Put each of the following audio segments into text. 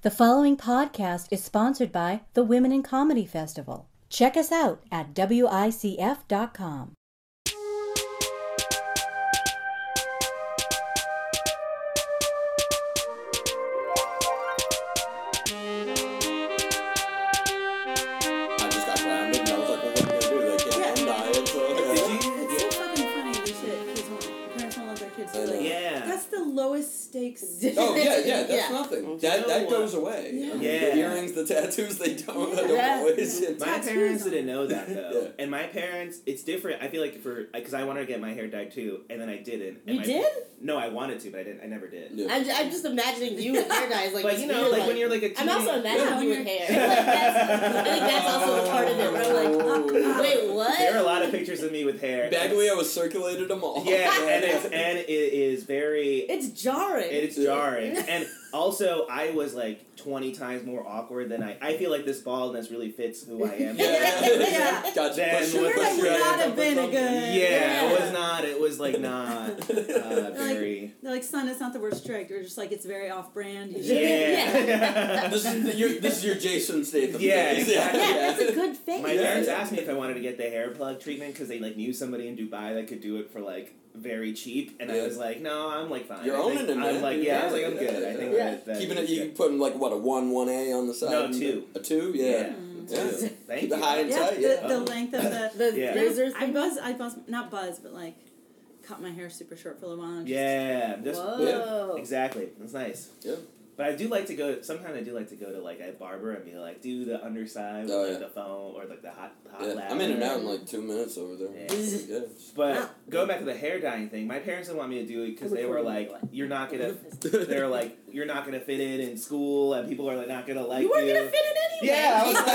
The following podcast is sponsored by the Women in Comedy Festival. Check us out at WICF.com. I just got grounded and I was like, well, what are you gonna do? They can't Yeah. come die and so Did you? It's so fucking funny the shit kids won't, parents won't let their kids do. I know. Like, Yeah. That's the lowest stakes. Oh yeah, yeah, that's Yeah. nothing. Well, That you that know goes what? away. I mean, Yeah. The earrings, the tattoos, they don't. I don't Yeah. always. Yeah. My Tattoos parents on. didn't know that though, Yeah. and my parents. It's different. I feel like for because I wanted to get my hair dyed too, and then I didn't. And You my- did? No, I wanted to, but I didn't. I never did. I'm, ju- I'm just imagining you with hair dyes. Like, but this you know, weird, like, when you're like a I'm also teenage- imagining Yeah, you when with you're- hair. Like, that's, I think that's also a part of it. Where I'm like, Oh. wait, what? There are a lot of pictures of me with hair. Baglio circulated them all. Yeah, and it's and it is very It's jarring. It's Yeah. jarring. and also, I was like 20 times more awkward than I. I feel like this baldness really fits who I am. yeah. Yeah. Gotcha. Then Push with it, the push would it. not have been a good- Yeah, Yeah. it was not. It was like not uh, very. They're like, son, it's not the worst trick. They're just like, it's very off brand. yeah. This is the- your this is your Jason Statham. Yeah, phase. exactly. yeah, that's a good thing. My Yeah. parents asked me if I wanted to get the hair plug treatment because they like knew somebody in Dubai that could do it for like very cheap, and Yeah. I was like, no, I'm like fine. You're I think- owning it, man. I'm like, yeah, I was like, I'm Yeah. good. I think Yeah. that, that Keeping is it, you good. put them like what a one one a on the side. No, and two. A two, Yeah. yeah. Two. Yeah. Thank Keep you. it high and Yeah, tight. Yeah. the, the length of the. the Yeah. razors. I buzz, I buzz, not buzz, but like, cut my hair super short for a while. and just- Yeah. This, Whoa. Exactly. That's nice. Yeah. But I do like to go. Sometimes I do like to go to like a barber and be like, do the underside Oh, with yeah. like the phone or like the hot hot Yeah. lather. I'm in and out in like two minutes over there. Yeah. Yeah. But Ah. going back to the hair dyeing thing, my parents didn't want me to do it because they were like, "You're not gonna." They're like, "You're not gonna fit in in school, and people are like not gonna like you you." weren't gonna fit in anyway. yeah, I was like,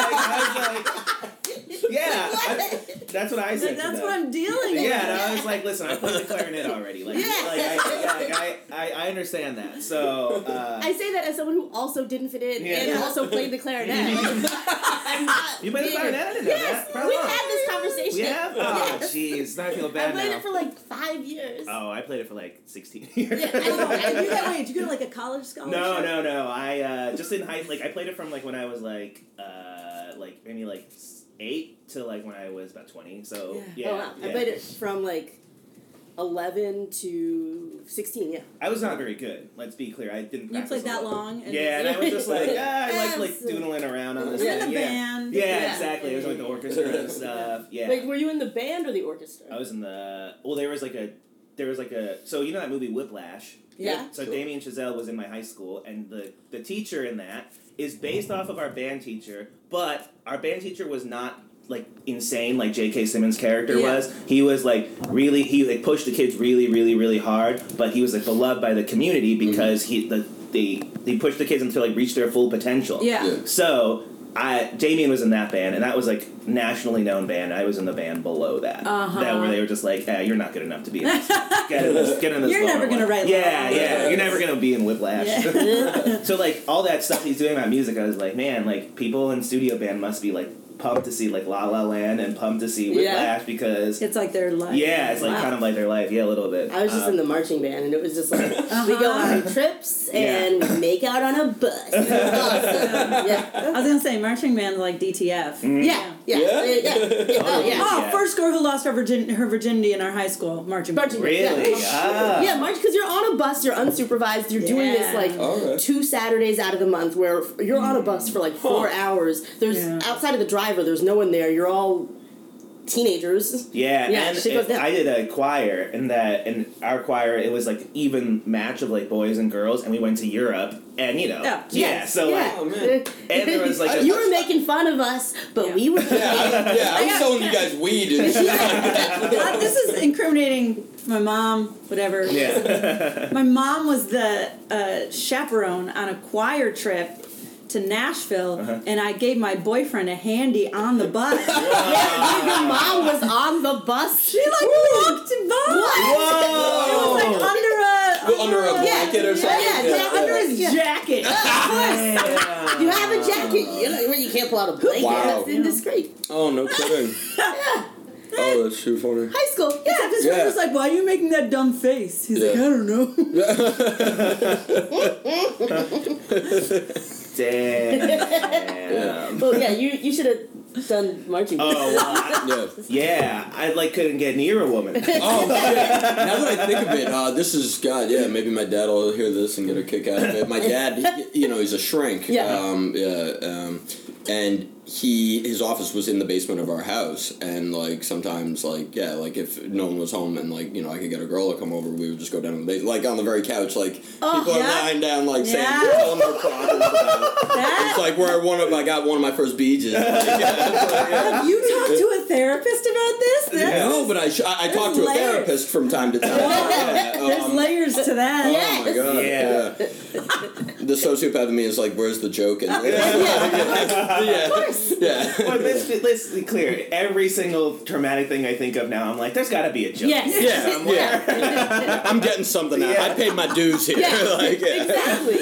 I was like, yeah, What? that's what I Like, said. to that's them. what I'm dealing with. Yeah, and I was like, listen, I played the clarinet already. Like, Yeah. like, I, like I, I, I understand that. So, uh, I say that as someone who also didn't fit in Yeah. and also played the clarinet. Like, I'm not. you played the being a- clarinet? I didn't know Yes, that. For how we long? had this conversation. We have? Oh, Yes. jeez. Now I feel I bad played now. it for like five years. oh, I played it for like 16 years. Yeah, Oh, I knew that way. Did you go to like a college scholarship? no, no, no. I uh, just in high, like I played it from like when I was like, uh, like maybe like s- eight to like when I was about 20. So yeah, oh, wow. yeah. I played it from like 11 to 16, yeah. I was not very good. Let's be clear. I didn't. You practice played a that lot. long. And Yeah, and I was just like, ah, I like like Absolutely. doodling around on You this. were in thing, the yeah. band. Yeah, Yeah. exactly. It was like the orchestra and stuff. Yeah. Like, were you in the band or the orchestra? I was in the well. There was like a there was like a so you know that movie Whiplash. Yeah. So Sure. Damien Chazelle was in my high school, and the the teacher in that is based off of our band teacher, but our band teacher was not like insane like J.K. Simmons' character Yeah. was. He was like really he like pushed the kids really really really hard, but he was like beloved by the community Mm-hmm. because he the they they pushed the kids until like reach their full potential. Yeah. Yeah. So. I, Damien was in that band, and that was like nationally known band. I was in the band below that, Uh-huh. that where they were just like, eh, "You're not good enough to be in this Get in this, get in this You're lower never gonna one. write Yeah, lower. yeah. You're never gonna be in Whiplash. Yeah. so like all that stuff he's doing about music, I was like, man, like people in studio band must be like pumped to see like La La Land and pumped to see Yeah. Whiplash because It's like their life. yeah, it's like Wow. kind of like their life. Yeah, a little bit. I was just Um, in the marching band, and it was just like we go on Uh-huh. trips Yeah. and make out on a bus. It was awesome. Yeah, I was gonna say marching band like DTF. yeah, yeah, Yeah? yeah, yeah. yeah. Oh, Oh, yeah. Mm, Yeah. first girl who lost her, virgin- her virginity in our high school marching band. Marching band, Really? Yeah. Ah. Yeah, March, because you're on a bus, you're unsupervised, you're doing this Yeah. like Alright. two Saturdays out of the month where you're on a bus for like four hours. There's Yeah. outside of the driver, there's no one there. You're all teenagers. Yeah, Yeah, and shit goes it- down. I did a choir, and that and our choir it was like even match of like boys and girls, and we went to Europe, and you know, Yeah. Oh, Yes. so like yeah. Oh, man. And there was, like, a- you were making fun of us, but Yeah. we were. Yeah, yeah, I was selling you guys weed and shit. Uh, this is incriminating my mom, whatever. yeah, My mom was the uh, chaperone on a choir trip to Nashville, Uh-huh. and I gave my boyfriend a handy on the bus. Your mom was on the bus. she like walked by. Whoa. It was like under a Under a blanket or something. yeah, yeah, under his jacket. yeah. You have a jacket. You know, you can't pull out a blanket. Wow. That's indiscreet. Oh, no kidding. Oh, that's too funny. High school. Yeah, Yeah. his Yeah. friend was like, "Why are you making that dumb face?" He's like, Yeah. "I don't know." Damn. Well, yeah, you you should have done marching. Oh, well, I- Yeah. yeah. I like couldn't get near a woman. Oh, shit. now that I think of it, uh, this is God. Yeah, maybe my dad will hear this and get a kick out of it. My dad, he- you know, he's a shrink. Yeah. Um, yeah. Um, and he his office was in the basement of our house, and like sometimes, like yeah, like if no one was home and like you know I could get a girl to come over, we would just go down to the basement, like on the very couch, like people are Oh, yeah. lying down, like Yeah. saying telling their problems about. It's That like where one of I got one of my first beaches. Yeah. you talked to a therapist about this? That's No, but I, sh- I, I talk to a layers. therapist from time to time. Yeah, There's um, layers to that. Oh my god! Yeah. the sociopath in me is like, "Where's the joke?" in this? yeah, yeah. Of course. But let's, be- let's be clear. Every single traumatic thing I think of now, I'm like, there's got to be a joke. Yes. Yeah, I'm, I'm getting something out. I Yeah. paid my dues here. Yeah, like, yeah. exactly.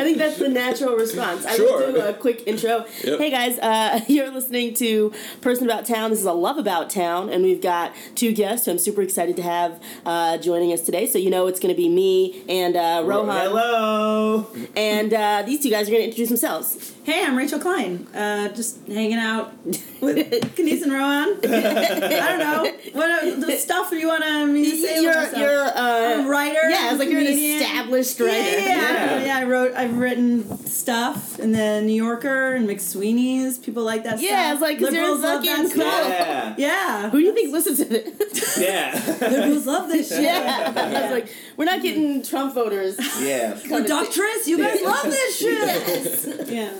I think that's the natural response. I Sure. will do a quick intro. Yep. Hey guys, uh, you're listening to Person About Town. This is a Love About Town, and we've got two guests who I'm super excited to have uh, joining us today. So you know it's going to be me and uh, Rohan, Hello. and uh, these two guys are going to introduce themselves. Hey, I'm Rachel Klein. Uh, just hanging out with Kenise and Rowan. I don't know. What uh, the stuff you want to me to say? about you're myself? you're uh, I'm a writer. Yeah, it's like you're an comedian. established Yeah, writer. Yeah, yeah. Yeah. yeah. I wrote. I've written stuff in the New Yorker and McSweeney's. People like that. Yeah, stuff. it's like, 'cause you're liberals love fucking that cool. stuff. Yeah. Yeah, Who do you think listens to this? Yeah. liberals love this shit. yeah, I was like, we're not getting Trump voters. yeah. Oh, We're doctorates. You guys Yeah. love this shit. Yeah.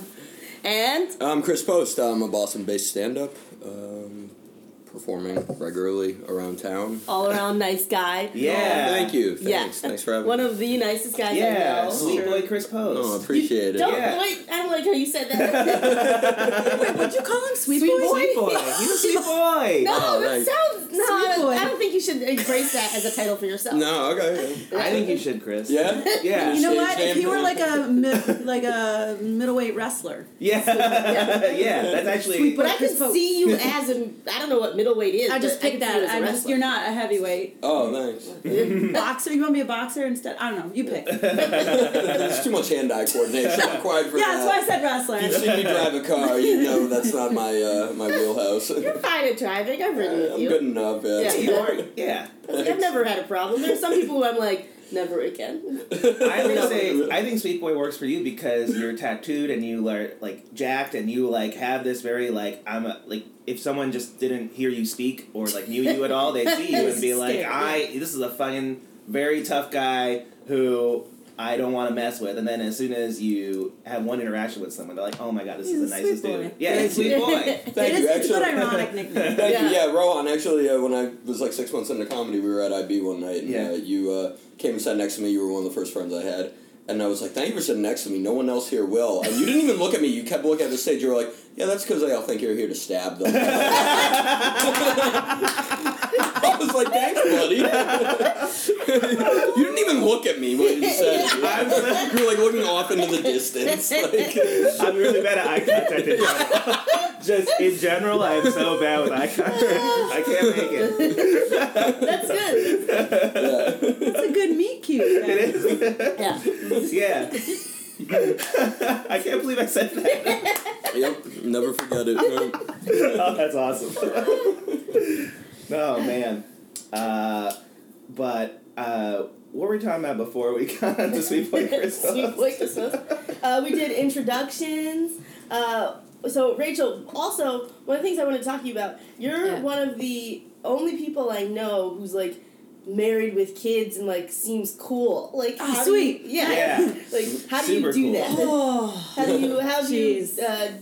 And I'm Chris Post. I'm a Boston-based stand-up, um, performing regularly around town. all around nice guy. Oh, Yeah. thank you. Yeah. Thanks. Thanks for having One me. of the nicest guys I Yeah. know. Sweet boy Chris Post. Oh, I appreciate it. Don't Yeah. wait. I don't like how you said that. Wait, would you call him sweet, Sweet boy? Sweet boy. He's a sweet boy. no, Oh, that right. sounds. No, Sweet I don't- boy. I don't think you should embrace that as a title for yourself. No. Okay. I think you should, Chris. Yeah. Yeah. You know Shane what? If he were Chamberlain. like a mid, like a middleweight wrestler, Yeah. yeah. That's actually. Sweet boy. But I could Chris Pope. see you as an. I don't know what middleweight is. I but just could picked see you that. as a I'm just wrestler. you're not a heavyweight Oh, thanks. boxer. You want to be a boxer instead? I don't know. You pick. Yeah, There's too much hand-eye coordination required for that. that's why I said wrestler. If you see me drive a car, you know that's not my uh, my wheelhouse. You're fine at driving. I've ridden with I'm you. good enough. Yeah. Yeah. You are. Yeah. I've never had a problem. There's some people who I'm like, never again. I would say I think Sweet Boy works for you because you're tattooed and you are like jacked and you like have this very like I'm a like if someone just didn't hear you speak or like knew you at all, they'd see you and be like, Scared. I this is a fucking very tough guy who I don't want to mess with. And then as soon as you have one interaction with someone, they're like, oh my god, this He's is a the sweet nicest boy. dude. Yeah, he's a sweet boy. Thank it you. is it's a good Actually, ironic nickname. Thank you. Yeah. Yeah, Rohan. Actually, uh, when I was like six months into comedy, we were at IB one night, and Yeah. uh, you uh, came and sat next to me. You were one of the first friends I had, and I was like, "Thank you for sitting next to me. No one else here will." And you didn't even look at me. You kept looking at the stage. You were like, "Yeah, that's because they all think you're here to stab them." I was like, "Thanks, buddy." you didn't even look at me when you said it. You were like looking off into the distance. Like, I'm really bad at eye contact. in general. Just in general, I'm so bad with eye contact. I can't make it. That's good. It's a good meet cute. It is. Yeah. Yeah. I can't believe I said that. yep, never forget it. Oh, that's awesome. oh man. Uh, but uh, what were we talking about before we got to Sweet Boy Christmas? Sweet boy Christmas. Uh, we did introductions. Uh, so Rachel, also one of the things I want to talk to you about. You're Yeah. one of the only people I know who's like married with kids and like seems cool. Like Ah, how do you- sweet. yeah. Yeah. Like how Super do you do that? Oh, How do you how have you Jeez. uh,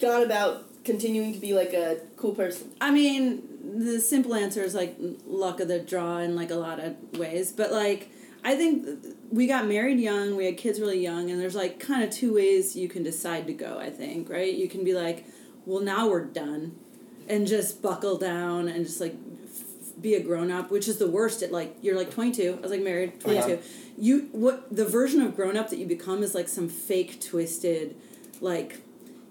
gone about continuing to be like a cool person? I mean, the simple answer is like luck of the draw in like a lot of ways, but like I think we got married young, we had kids really young, and there's like kind of two ways you can decide to go. I think right, you can be like, well, now we're done, and just buckle down and just like f- be a grown up, which is the worst. At like you're like 22, I was like married 22. You what the version of grown up that you become is like some fake twisted, like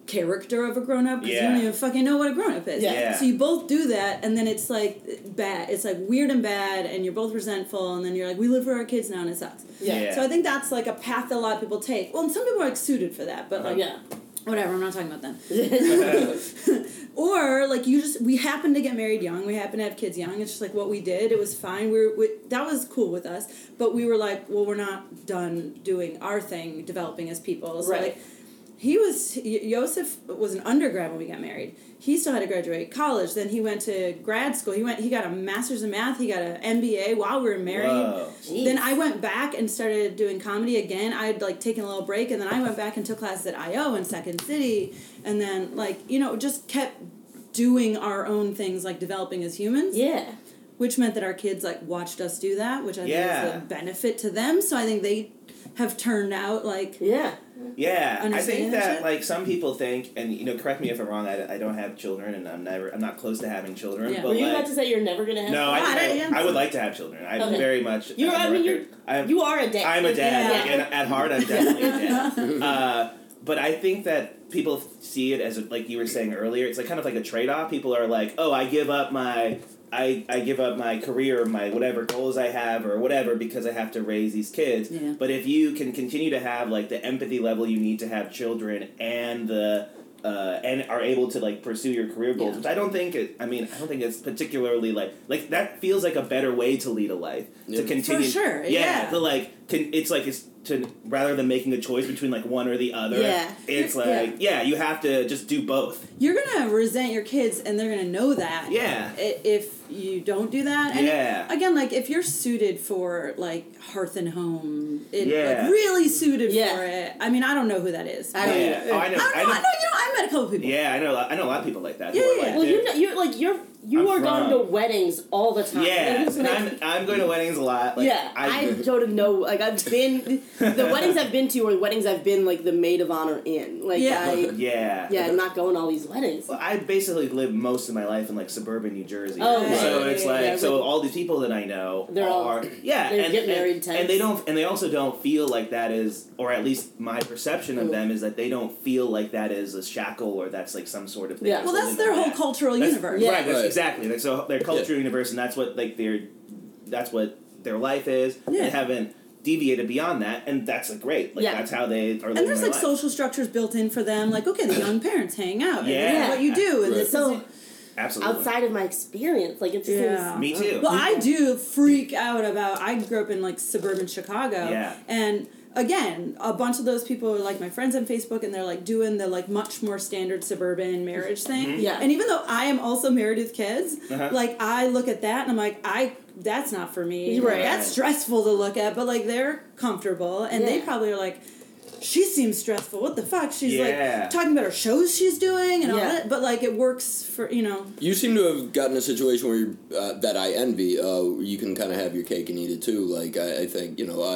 character of a grown up because you Yeah. don't even fucking know what a grown up is. Yeah. Yeah. So you both do that, and then it's like bad. It's like weird and bad, and you're both resentful, and then you're like, we live for our kids now, and it sucks. Yeah. Yeah. So I think that's like a path that a lot of people take. Well, and some people are like suited for that, but like Yeah. whatever. I'm not talking about them. or like you just we happened to get married young we happened to have kids young it's just like what we did it was fine we were we, that was cool with us but we were like well we're not done doing our thing developing as people so Right. like he was Y- Yosef was an undergrad when we got married. He still had to graduate college. Then he went to grad school. He went. He got a master's in math. He got an MBA while we were married. Whoa. Then I went back and started doing comedy again. I had like taken a little break, and then I went back and took classes at IO and Second City, and then like you know just kept doing our own things, like developing as humans. Yeah. Which meant that our kids like watched us do that, which I think Yeah. is a benefit to them. So I think they have turned out like Yeah. Yeah, I Understand think that it? like some people think, and you know, correct me if I'm wrong. I, I don't have children, and I'm never, I'm not close to having children. Yeah. But Were you like, about to say you're never gonna have? no, I, Wow, I think didn't I, I would like to have children. I Okay. very much. You're. on I the mean, you're. record- I'm, You are a dad. I'm a dad. Yeah. like, and at heart, I'm definitely a dad. uh, but I think that people see it as like you were saying earlier. It's like kind of like a trade off. People are like, oh, I give up my. I, I give up my career, my whatever goals I have or whatever because I have to raise these kids. Yeah. But if you can continue to have like the empathy level you need to have children and the uh, and are able to like pursue your career goals, Yeah. which I don't think it, I mean I don't think it's particularly like like that feels like a better way to lead a life Yeah. to continue sure, yeah, yeah. to like can, it's like it's to rather than making a choice between like one or the other Yeah. it's Yeah. like yeah. you have to just do both you're gonna resent your kids and they're gonna know that Yeah. i- if you don't do that and Yeah. again like if you're suited for like hearth and home it, Yeah. like, really suited Yeah. for it i mean i don't know who that is I don't Yeah. either. Oh, I know. I don't know, I know. I know you know i met a couple people yeah i know a lot- i know a lot of people like that who Yeah, are yeah. like Well, you they're- know, you're like you're you I'm are going from- to weddings all the time. yeah Like, it's and like- I'm, I'm going to weddings a lot like yeah, I, I, don't know. Like I've been the weddings I've been to, or weddings I've been like the maid of honor in. Like Yeah. I, yeah yeah, I'm not going to all these weddings. Well, I basically lived most of my life in like suburban New Jersey. Oh, right. so it's Yeah, like yeah, yeah. so all these people that I know They're all- are yeah, they and, get married and, times. and they don't and they also don't feel like that is or at least my perception of them is that they don't feel like that is a shackle or that's like some sort of thing. Yeah. that's well that's holding their them whole back. cultural That's- universe Yeah. Right, that's Right. exactly. Like, so their cultural Yeah. universe, and that's what like their, that's what their life is. Yeah. They haven't deviated beyond that, and that's like great. Like Yeah. that's how they are. and there's like social structures built in for them like okay the young parents hang out and this Yeah. is what you do Right. and this So is absolutely. outside of my experience, like it seems. Yeah. Me too. Well, I do freak out about. I grew up in like suburban Chicago, Yeah. and again, a bunch of those people are like my friends on Facebook, and they're like doing the like much more standard suburban marriage thing. Yeah. and even though I am also married with kids, Mm-hmm. Uh-huh. like I look at that and I'm like, I that's not for me. Right. That's stressful to look at, but like they're comfortable, and they Yeah. probably are like. She seems stressful. What the fuck? She's Yeah. like talking about her shows she's doing and all Yeah. that. But like it works for you know. You seem to have gotten a situation where you, uh, that I envy. Uh, you can kind of have your cake and eat it too. Like I, I think you know, I,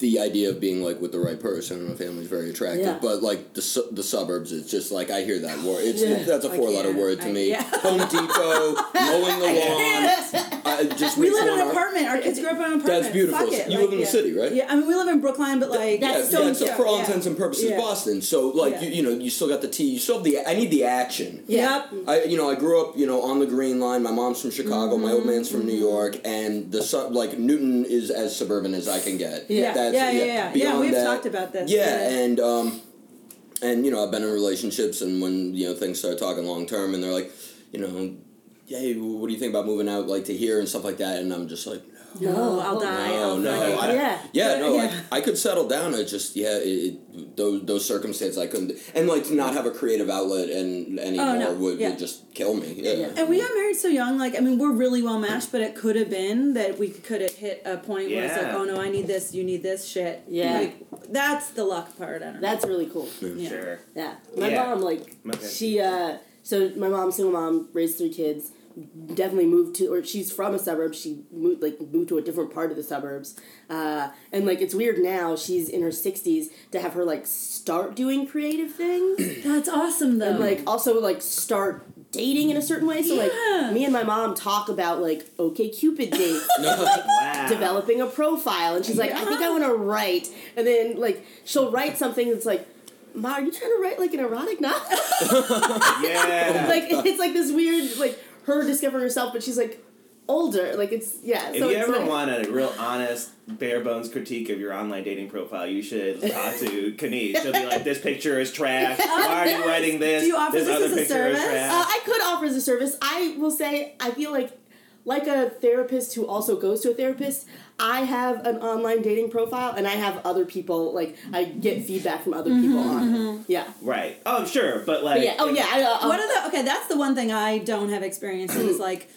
the idea of being like with the right person and a family is very attractive. Yeah. But like the su- the suburbs, it's just like I hear that word. It's Yeah. that's a I four letter can't. word to I- me. yeah. Home Depot, mowing the lawn. I just We makes live one in an hour- apartment. Our kids grew up in an apartment. That's beautiful. Fuck You it. like, live in the yeah. city, right? Yeah, I mean, we live in Brooklyn, but like Yeah, That's yeah, so it's like, cute. for all Yeah. intents and purposes, Yeah. Boston. So like Yeah. you, you know, you still got the tea. You still have the. I need the action. Yep. I you know I grew up you know on the Green Line. My mom's from Chicago. My old man's from Mm-hmm. New York, and the sub like Newton is as suburban as I can get. Yeah. That's, Yeah, yeah, yeah. Yeah, Beyond we've that- talked about this. Yeah, Yeah. and um, and you know I've been in relationships, and when you know things start talking long term, and they're like, you know, hey, wh- what do you think about moving out like to here and stuff like that, and I'm just like. No, I'll die. No, I'll no, die. I, Yeah. yeah, no, Yeah. I, I could settle down. I just, yeah, it, it, those those circumstances I couldn't, and like to not have a creative outlet and anymore Oh, no, would, yeah. would just kill me. Yeah, Yeah. And we got married so young. Like, I mean, we're really well matched, but it could have been that we could have hit a point where it's like, Yeah. oh no, I need this, you need this shit. Yeah. Like, that's the luck part. I don't know. That's really cool. yeah. sure. Yeah. My Yeah. mom, like, Okay. she, uh, so my mom, single mom, raised three kids, definitely moved to, or she's from a suburb. She moved, like, moved to a different part of the suburbs. Uh, and, like, it's weird now, she's in her 60s, to have her, like, start doing creative things. That's awesome though. and, like, also, like, start dating in a certain way. So, Yeah. like, me and my mom talk about, like, okay, Cupid dates. Wow. developing a profile and she's like i think i want to write and then like she'll write something that's like Ma, are you trying to write like an erotic novel? Yeah. like it's like this weird like her discovering herself, but she's like older. Like it's yeah. if so you it's ever like, want a real honest, bare bones critique of your online dating profile, you should talk to Kanish. She'll be like, "This picture is trash. Why are you writing this? Do you offer this this other as a picture service?" is Uh, trash." I could offer as a service. I will say, I feel like, like a therapist who also goes to a therapist, I have an online dating profile and I have other people, like, I get feedback from other people Mm-hmm, on it. Yeah. right? Oh, sure, but like, But yeah. Oh, yeah. I, uh, um, What are the okay? That's the one thing I don't have experience in is like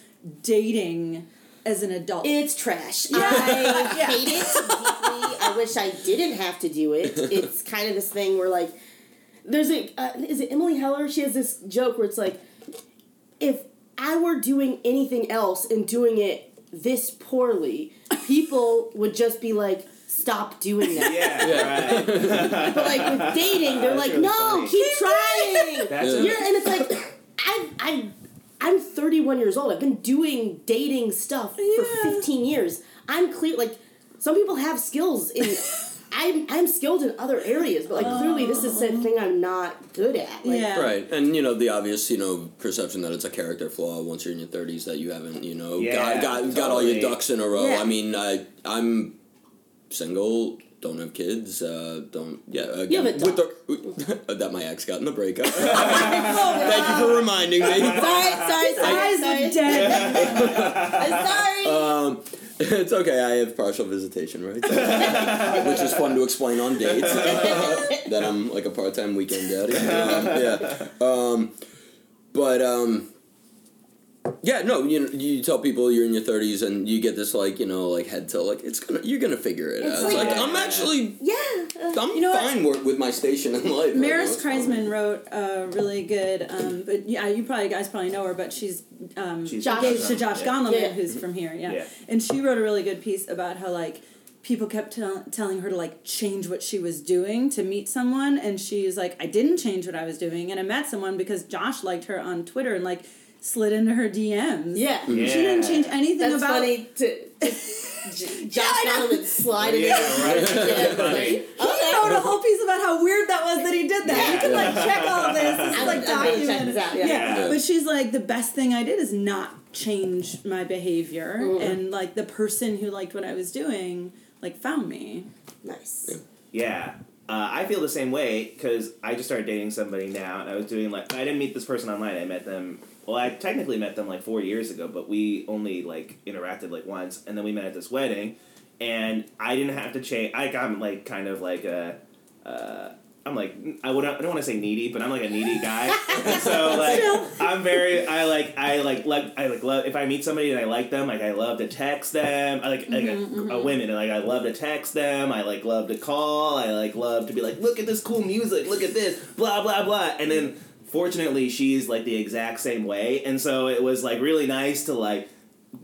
dating as an adult. It's trash. I hate it deeply. I wish I didn't have to do it. It's kind of this thing where like, there's a uh, is it Emily Heller? She has this joke where it's like, if I were doing anything else and doing it this poorly, people would just be like, stop doing that. yeah, right. But like with dating, they're like, really no, funny. keep trying. That's Yeah. a- You're, and it's like, I, I, I'm 31 years old. I've been doing dating stuff for 15 years. I'm clear. Like, some people have skills in. I'm, I'm skilled in other areas, but like clearly this is a thing I'm not good at. Like, Oh. yeah. Right, and you know the obvious, you know, perception that it's a character flaw once you're in your thirties that you haven't, you know, got Yeah, got got all your totally. ducks in a row. Yeah. I mean, I I'm single, don't have kids, uh, don't yeah. Again, have a with the, that my ex got in the breakup. Thank you for reminding me. Sorry, sorry, sorry, Eyes sorry. are dead. I'm sorry. Uh, it's okay. I have partial visitation rights, which is fun to explain on dates. that I'm like a part-time weekend daddy. yeah. Um, but um, yeah, no. You you tell people you're in your 30s and you get this like you know like head tilt like it's gonna you're gonna figure it out. It's like- like I'm actually yeah. uh, I'm You know what? fine wor- with my station in life. Maris right now. Kreisman wrote a really good, um, but yeah, you probably guys probably know her, but she's um, She's Josh- engaged to Josh Yeah. Gondelman, Yeah. who's from here, yeah. Yeah. And she wrote a really good piece about how like people kept tell- telling her to like change what she was doing to meet someone, and she's like, I didn't change what I was doing, and I met someone because Josh liked her on Twitter and like slid into her DMs. Yeah. Yeah. She didn't change anything That's about. funny to, to J- Josh Donovan sliding in. Yeah, right. Yeah, Funny. He wrote a whole piece about how weird that was that he did that. You can like check all this. This is I'm- like I'm gonna check documented. this out, Yeah. yeah. Yeah. But she's like, the best thing I did is not change my behavior, Mm-hmm. and like the person who liked what I was doing like found me. Nice. Yeah. Uh, I feel the same way because I just started dating somebody now, and I was doing like I didn't meet this person online. I met them. Well, I technically met them like four years ago, but we only like interacted like once, and then we met at this wedding, and I didn't have to change. I got like kind of like a. Uh, I'm like I would I don't want to say needy, but I'm like a needy guy. And so like I'm very I like I like like I like love if I meet somebody and I like them, like I love to text them. I like like a, a women and like I love to text them. I like love to call. I like love to be like look at this cool music. Look at this blah blah blah. And then fortunately she's like the exact same way. And so it was like really nice to like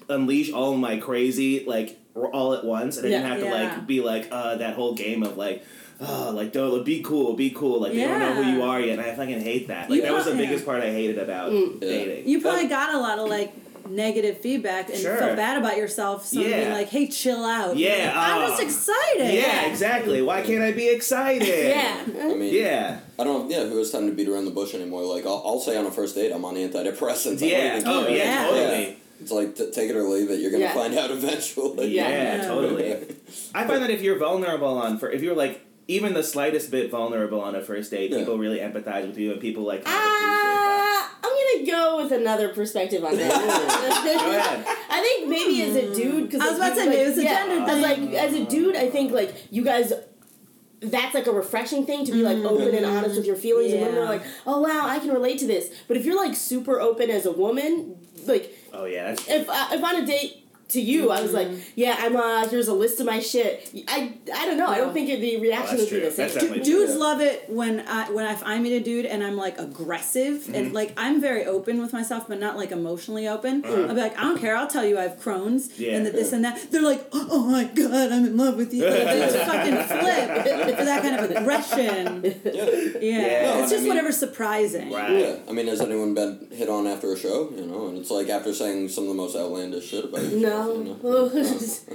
unleash all my crazy like r- all at once, and I didn't Yeah. have to Yeah. like be like uh, that whole game of like. Oh, like Dola, be cool, be cool. Like they don't know who Yeah. you are yet, and I fucking hate that. Like You that was the probably- biggest part I hated about dating. You probably got a lot of like negative feedback and Sure. felt bad about yourself. So Yeah. being like, hey, chill out. Yeah, Like, I'm uh, just excited. yeah, exactly. Why can't I be excited? I mean, yeah, I don't. Yeah, if it was time to beat around the bush anymore, like I'll, I'll say on a first date, I'm on antidepressants. I don't yeah. even Oh care. yeah, Yeah. totally. It's like t- take it or leave it. You're gonna Yeah. find out eventually. Yeah. Yeah, Yeah. totally. I find that if you're vulnerable on for if you're like even the slightest bit vulnerable on a first date, Yeah. people really empathize with you, and people like. kind of appreciate that. Uh, I'm gonna go with another perspective on Go that. ahead. I think maybe as a dude, because Hmm. I was about to say, maybe it's a gender As like as a dude, I think like you guys. That's like a refreshing thing to be like open and honest with your feelings, and women Mm-hmm. Yeah. are like, "Oh wow, I can relate to this." But if you're like super open as a woman, like Oh yeah, that's if I, if on a date to you, I was like, Mm-hmm. "Yeah, I'm uh, here's a list of my shit." I I don't know. I don't think the Well, reaction that's would be the true. That's same. definitely- Dudes Yeah. love it when I when I, if I meet a dude and I'm like aggressive and Mm-hmm. like I'm very open with myself, but not like emotionally open. I'll be like, I don't care. I'll tell you I have Crohn's Uh-huh. Yeah. and that this and that. They're like, oh, oh my god, I'm in love with you. Like, they just fucking flip for that kind of aggression. Yeah, Yeah. it's just I mean- whatever's surprising. right. Yeah, I mean, has anyone been hit on after a show? You know, and it's like after saying some of the most outlandish shit about you. No, No.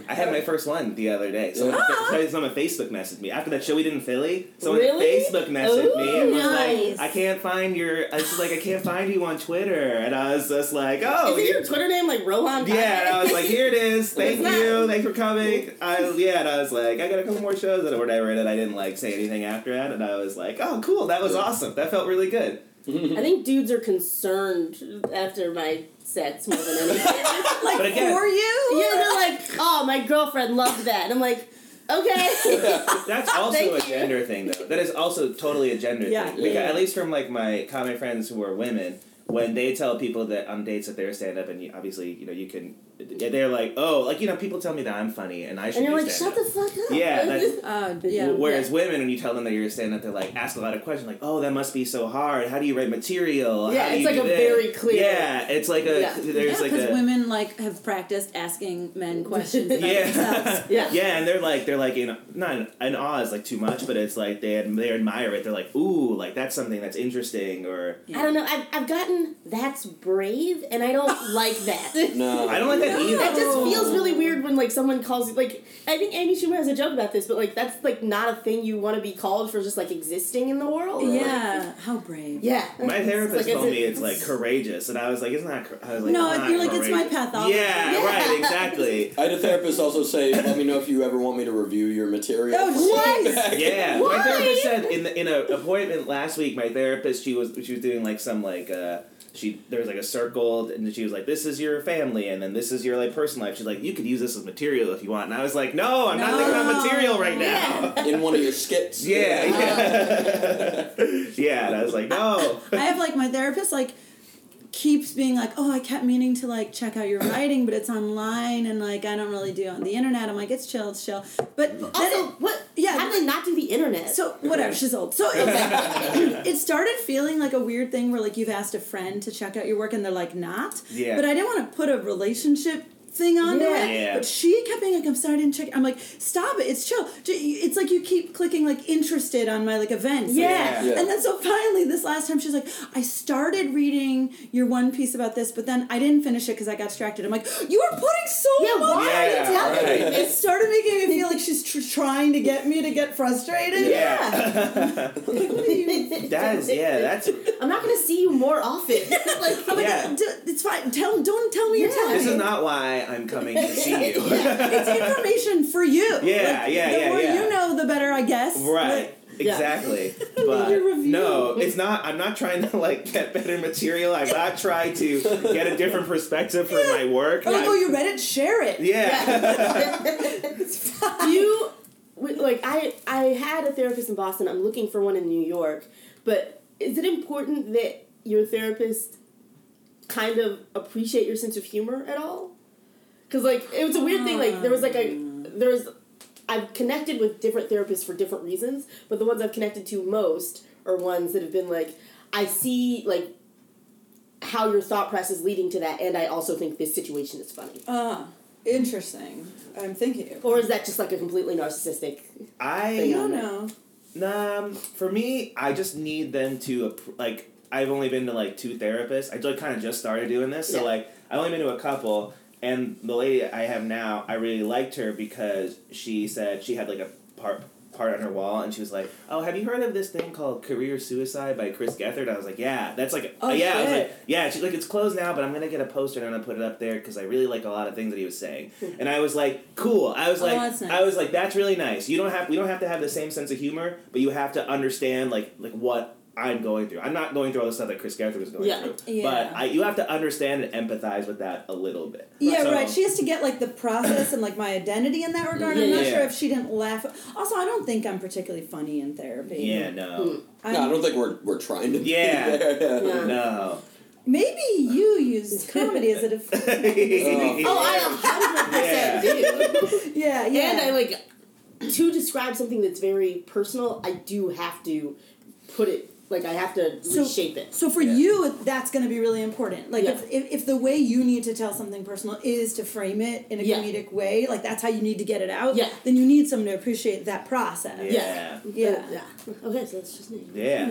I had my first one the other day. Someone, fa- someone Facebook messaged me after that show we did in Philly. Someone Really? Facebook messaged me and was nice. like, "I can't find your." I was just like, "I can't find you on Twitter," and I was just like, "Oh, Is you- it your Twitter name like Rohan? yeah." And I was like, "Here it is. Thank What's you. Thanks for coming." I yeah, and I was like, "I got a couple more shows or whatever," and I didn't like say anything after that. And I was like, "Oh, cool. That was awesome. That felt really good." I think dudes are concerned after my sets more than anything. Like But again- for you? yeah, they're like, oh, my girlfriend loved that. And I'm like, okay. That's also Thank a you. gender thing, though. That is also totally a gender Yeah. thing. Because, Yeah. At least from like my comic friends who are women, when they tell people that on dates that they're stand up, and you, obviously you know you can, they're like, oh, like you know people tell me that I'm funny and I should. and you're do like, shut stand-up." the fuck up. Yeah, that's- Uh, yeah. W- Whereas women, when you tell them that you're a stand up, they're like ask a lot of questions, like, "Oh, that must be so hard. How do you write material? Yeah, How do it's you like do a this?" very clear- Yeah, it's like a Yeah. there's like because a women like have practiced asking men questions about themselves. yeah. yeah. Yeah, and they're like they're like in not in, in awe is like too much, but it's like they ad- they admire it. They're like, ooh, like that's something that's interesting, or I don't know. I've, I've gotten that's brave, and I don't like that. No. I don't like that either. That just feels really weird when like someone calls you like I think Amy Schumer has a joke about this, but like that's like not a thing you want to be called for just like existing in the world. Yeah, how brave. Yeah. My therapist It's like, told it's- me it's like courageous, and I was like, it's not. cour- I was like, No, it's I not feel like it's my courageous. pathology. Yeah, Yeah. right, exactly. I had a therapist also say, "Let me know if you ever want me to review your material." Oh, jeez. Yeah, Why? my therapist said in the, in a appointment last week. My therapist, she was she was doing like some like uh she there was like a circle, and she was like, "This is your family, and then this is your like personal life." She's like, "You could use this as material if you want," and I was like, "No, I'm not thinking No. about material right now." Yeah. in one of your skits. Yeah, yeah, yeah. And I was like, "No." I have like my therapist like keeps being like, oh, I kept meaning to like check out your writing, but it's online and like I don't really do it on the internet. I'm like, it's chill, it's chill. But then Also, it- what? yeah. How do they not do the internet? so whatever, she's old. So it, it started feeling like a weird thing where like you've asked a friend to check out your work and they're like not. Yeah. But I didn't want to put a relationship thing onto Yeah. it. Yeah. But she kept being like, I'm sorry, I didn't check. I'm like, stop it, it's chill. J- It's like you keep clicking like interested on my like events. Like, Yeah. Yeah. and then so finally, this last time, she's like, I started reading your one piece about this, but then I didn't finish it because I got distracted. I'm like, you are putting so Yeah, much. why are you Yeah, telling me right. It this? started making me feel like she's tr- trying to get me to get frustrated. Yeah, that is yeah. That's I'm not gonna see you more often. like, I'm like, Yeah. "D- it's fine. Tell, don't tell me you're Yeah. telling this me. is not why I'm coming to see you. it's information for you. Yeah, Like, yeah, The yeah, more yeah. you know, the better, I guess. Right. Yeah. Exactly. But Your review. no, it's not I'm not trying to like get better material. I'm not trying to get a different perspective for my work. Like, I- like, oh, you read it? Share it. yeah. you we- like I I had a therapist in Boston. I'm looking for one in New York. But is it important that your therapist kind of appreciate your sense of humor at all? Cuz like it was a weird thing like there was like a there's I've connected with different therapists for different reasons, but the ones I've connected to most are ones that have been like I see like how your thought process is leading to that and I also think this situation is funny. Ah, interesting. I'm thinking. Or is that just like a completely narcissistic I Thing No, no. Um, for me, I just need them to appr- like. I've only been to like two therapists. I like, kind of just started doing this, so Yeah. like I've only been to a couple. And the lady I have now, I really liked her because she said she had like a part part on her wall, and she was like, "Oh, have you heard of this thing called Career Suicide by Chris Gethard?" I was like, "Yeah, that's like Oh, yeah." I was shit. like, "Yeah." She's like, "It's closed now, but I'm gonna get a poster and I'm gonna put it up there because I really like a lot of things that he was saying." and I was like, "Cool." I was Hmm. Oh, like, that's nice. I was like, that's really nice. You don't have we don't have to have the same sense of humor, but you have to understand like like what I'm going through. I'm not going through all the stuff that Chris Gethard was going Yeah. through, Yeah. but I, you have to understand and empathize with that a little bit. Yeah, So- right. She has to get like the process and like my identity in that regard. I'm Yeah, not yeah. sure if she didn't laugh. Also, I don't think I'm particularly funny in therapy. yeah, no, I'm- No, I don't think we're, we're trying to. be Yeah. there. Hmm. Yeah. no. Maybe you use comedy as a def- Oh, I 100% do. yeah, yeah. And I like to describe something that's very personal, I do have to put it Like I have to reshape it. So for you, that's going to be really important. Like Yeah. if, if, if the way you need to tell something personal is to frame it in a Yeah. comedic way, like that's how you need to get it out. Yeah. Then you need someone to appreciate that process. Yeah. Yeah. yeah. Okay, so that's just me. Yeah.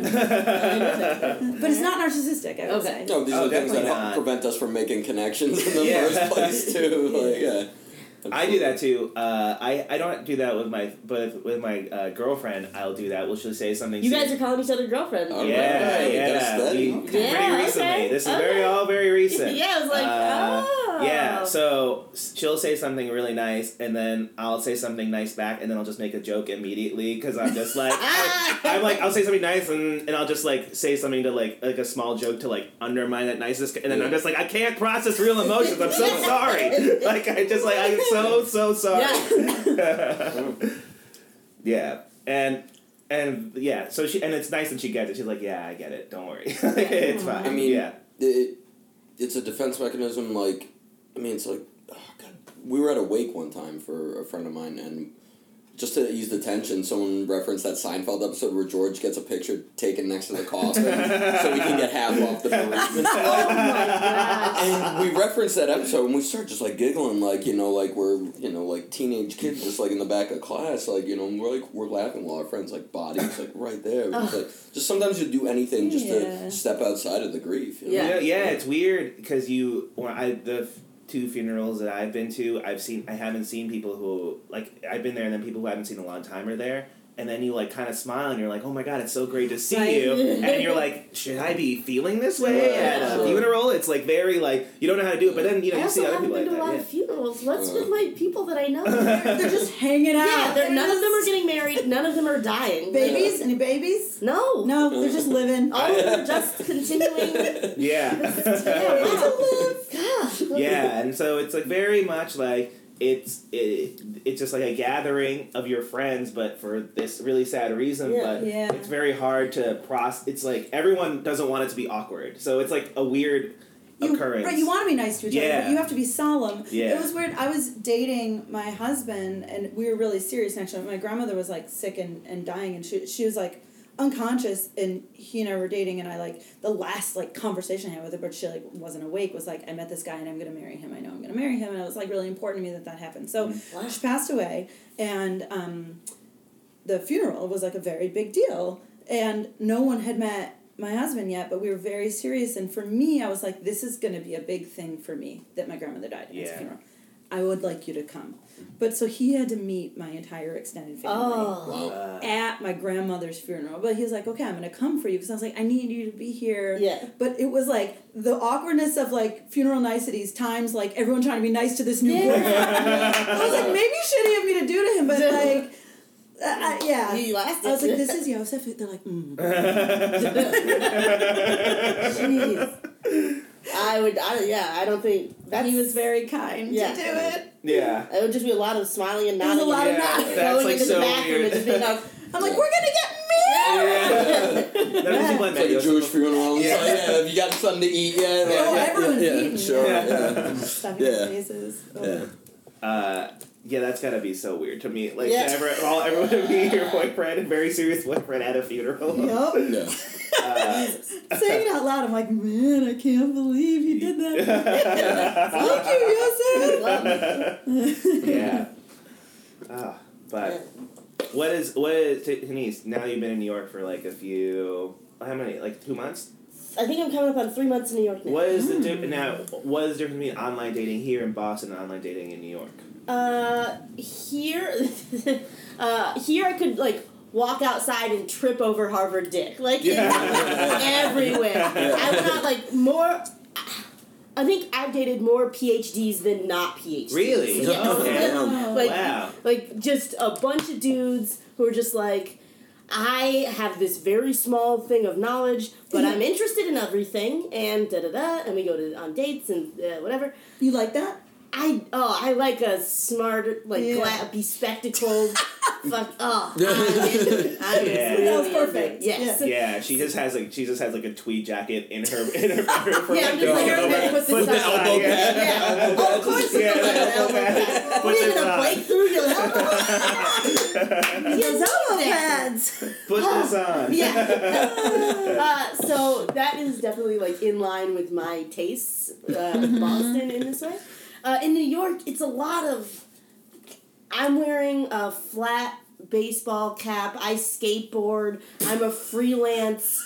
But it's not narcissistic. I would Okay. say. No, these Oh, are the things that definitely help not. prevent us from making connections in the Yeah. first place too. Like, yeah. I do that too. Uh, I, I don't do that with my but with my uh, girlfriend. I'll do that. Well, she'll say something. You se- guys are calling each other girlfriend. All yeah, Alright, that's yeah. that. We, Okay. pretty Yeah, okay, recently. This is okay. very all very recent. Yeah, I was like, Uh, oh. Yeah, so s- she'll say something really nice, and then I'll say something nice back, and then I'll just make a joke immediately because I'm just like, Ah! I, am like, I'll say something nice, and, and I'll just like say something to like like a small joke to like undermine that niceness, and then I'm just like, I can't process real emotions. I'm so sorry. Like I just like I'm so so sorry. yeah, and and yeah, so she and it's nice that she gets it. She's like, yeah, I get it. Don't worry, it's fine. I mean, yeah, it, it's a defense mechanism. Like, I mean, it's like, oh God. we were at a wake one time for a friend of mine, and just to ease the tension, someone referenced that Seinfeld episode where George gets a picture taken next to the coffin so he can get half off the bereavement. and we referenced that episode, and we start just like giggling, like you know, like we're you know like teenage kids, just like in the back of class, like you know, and we're like we're laughing while our friends like bodies like right there. It's like just sometimes you do anything just Yeah. to step outside of the grief. you know? Yeah. yeah, yeah, it's weird because you when I the f- two funerals that I've been to, I've seen I haven't seen people who like I've been there and then people who I haven't seen in a long time are there. And then you like kind of smile and you're like, oh my god, it's so great to see Right. you. And you're like, should I be feeling this way at a Yeah. funeral? It's like very like you don't know how to do it, but then you know I you see also other haven't people been like to a lot of that. funerals. Let's Uh. with my people that I know. They're, They're just hanging out. yeah, they're, none of them are just- getting married. None of them are dying. babies. Any babies? No. No, they're just living. All of uh, them are just continuing. Yeah. Yeah, yeah. wow. God. yeah and so it's like very much like it's it, it's just like a gathering of your friends but for this really sad reason Yeah. but Yeah. it's very hard to process it's like everyone doesn't want it to be awkward so it's like a weird you, occurrence Right, you want to be nice to each other, Yeah. but you have to be solemn. Yeah. It was weird. I was dating my husband, and we were really serious. and Actually, my grandmother was like sick and, and dying, and she she was like unconscious, and he and I were dating, and I like the last like conversation I had with her, but she like wasn't awake. Was like, I met this guy, and I'm gonna marry him. I know I'm gonna marry him, and it was like really important to me that that happened. Mm-hmm. So she passed away, and um, the funeral was like a very big deal and no one had met my husband yet but we were very serious and for me i was like this is going to be a big thing for me that my grandmother died and it's a Yeah. funeral i would like you to come but so he had to meet my entire extended family Oh. Wow. Uh, at my grandmother's funeral. But he's like, okay, I'm gonna come for you because I was like, I need you to be here. Yeah. But it was like the awkwardness of like funeral niceties times like everyone trying to be nice to this new boyfriend. I Oh. was like, maybe shitty of me to do to him, but like. Uh, I, yeah, You lasted. I was like, "This is Yosef." They're like, mm. Jeez. I would. I, yeah, I don't think that's. "He was very kind Yeah. to do it." yeah it would just be a lot of smiling and was nodding. a lot of and nodding. going That's, like, into so the bathroom weird. and just being like, I'm like, "We're gonna get married." None of these people I It's met, like you a know, Jewish funeral. It's Yeah. like, yeah, have you got something to eat yet? Like, Oh, yeah, everyone's yeah, eating. Sure. Yeah. Yeah. Stuck in Yeah. faces. Oh. yeah. uh, yeah, that's gotta be so weird to me. Like, Yeah. to ever, all, everyone to meet your boyfriend, a very serious boyfriend at a funeral. Yup. Yeah. Uh, Saying it out loud, I'm like, "Man, I can't believe you did that." Thank you, Yosef. yeah. Ah, but what is what is Denise? Now you've been in New York for like a few. How many? Like two months. I think I'm coming up on three months in New York now. What is the Mm. di- now? What is the difference between online dating here in Boston and online dating in New York? Uh, here, uh, here I could like walk outside and trip over Harvard Dick. Like it's everywhere. I went out like more. I think I've dated more PhDs than not PhDs. Really? Yeah. Okay. Like, Wow. like just a bunch of dudes who are just like, I have this very small thing of knowledge, but I'm interested in everything, and da da da, and we go to on dates and uh, whatever. You like that? I oh I like a smart like Yeah. gla- bespectacled fuck oh I, I Yeah. really That was into it. perfect. yes Yeah, she just has like she just has like a tweed jacket in her in her, in her yeah I'm just like Yeah. everybody puts this Put the on elbow pad. Oh, yeah of course Yeah, the elbow pad. Put we this ended on. up like through your elbow You know that. pads. Put this on. Yeah. uh, so that is definitely like in line with my tastes, uh, Boston in this way. Uh, in New York, it's a lot of. I'm wearing a flat baseball cap. I skateboard. I'm a freelance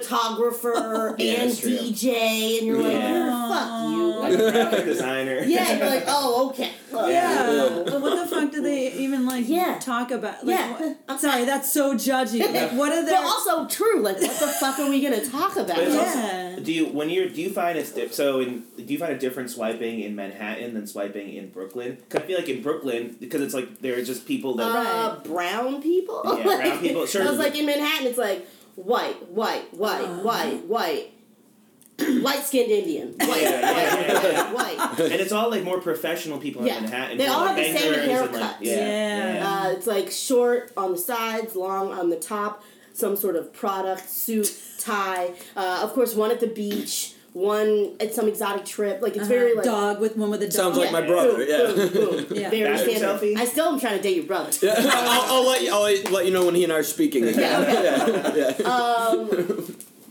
photographer Yeah, and that's true. DJ, and you're like, Like "Oh, a fuck you. graphic designer. yeah, and you're like, oh, okay. Well, Yeah. but what the fuck do they even like Yeah. talk about? Like, Yeah. what- I'm sorry, that's so judgy. Like, what are they? But also true. Like, what the fuck are we gonna talk about? But it's also- yeah. Do you when you're do you find a sti- so in do you find a difference swiping in Manhattan than swiping in Brooklyn? 'Cause I feel like in Brooklyn because it's like there are just people that uh, brown people. Yeah, brown people, sure. I was like in Manhattan, it's like white, white, white, Uh-huh. white, white, light skinned Indian, white, Yeah, yeah, white, yeah. white, white. and it's all like more professional people Yeah. in Manhattan. They who are, all like, have the same bangers and, like- haircuts. yeah, Yeah. yeah. Uh, it's like short on the sides, long on the top, some sort of product, suit, tie. Uh, of course, one at the beach, one at some exotic trip. Like it's very like Uh-huh. dog with one with a dog. Sounds like my brother. Yeah. boom, boom, boom. Yeah. Very Bathroom standard. selfie? I still am trying to date your brother. Yeah, I'll, I'll let you, I'll let you know when he and I are speaking again. Yeah, yeah, yeah. I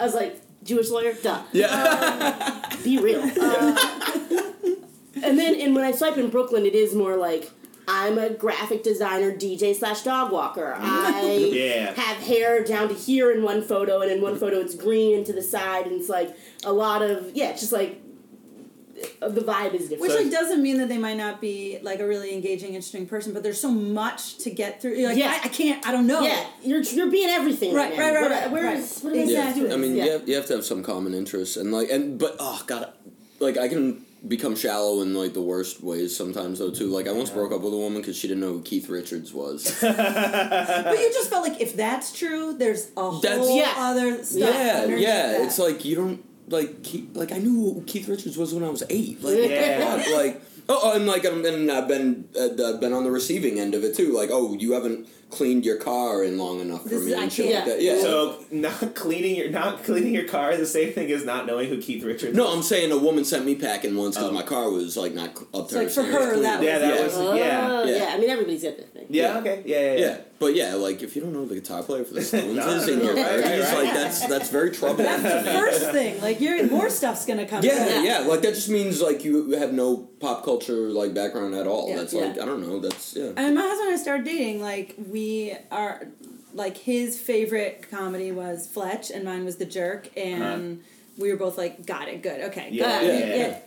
was like, Jewish lawyer, duh. Yeah. Be real. Uh, and then, and when I swipe in Brooklyn, it is more like I'm a graphic designer, DJ slash dog walker. I Yeah. have hair down to here in one photo, and in one photo it's green and to the side, and it's like a lot of yeah, it's just like uh, the vibe is different. Which like doesn't mean that they might not be like a really engaging, interesting person, but there's so much to get through. You're like, Yeah. I, I can't. I don't know. yeah, you're you're being everything right, Right, right, now. right, What- right, where right. is- what am I Yeah. supposed to do? I mean, Yeah. you, have, you have to have some common interests, and like, and but oh god, like I can become shallow in like the worst ways sometimes though too. Like I once broke up with a woman because she didn't know who Keith Richards was. But you just felt like if that's true, there's a That's- whole Yeah. other stuff. yeah, underneath yeah. that. It's like you don't like Keith, like I knew who Keith Richards was when I was eight. Like, Yeah. what the fuck? like oh, and like I'm, and I've been uh, I've been on the receiving end of it too. Like oh, you haven't cleaned your car in long enough for This me is- I and shit like can't. that. Yeah. So not cleaning your not cleaning your car is the same thing as not knowing who Keith Richards. no, is. I'm saying a woman sent me packing once because Oh. my car was like not cl- up to like, her for standards her, clean. that was- yeah, that Yeah. was Oh, yeah. yeah. Yeah. I mean, everybody's got their thing. Yeah, okay. Yeah, yeah, yeah. Yeah, but yeah, like if you don't know the guitar player for the Stones No, is in no, your no, right, thirties, right, like right. that's that's very troubling. That's the to me. first thing. Like you're more stuff's gonna come. Yeah, yeah, like that just means like you have no pop culture like background at all. Yeah. that's Yeah. like I don't know. That's yeah. And my husband and I started dating. Like we are, like his favorite comedy was Fletch, and mine was The Jerk, and we were both like, "Got it, good, okay, Yeah, good, yeah, yeah, yeah.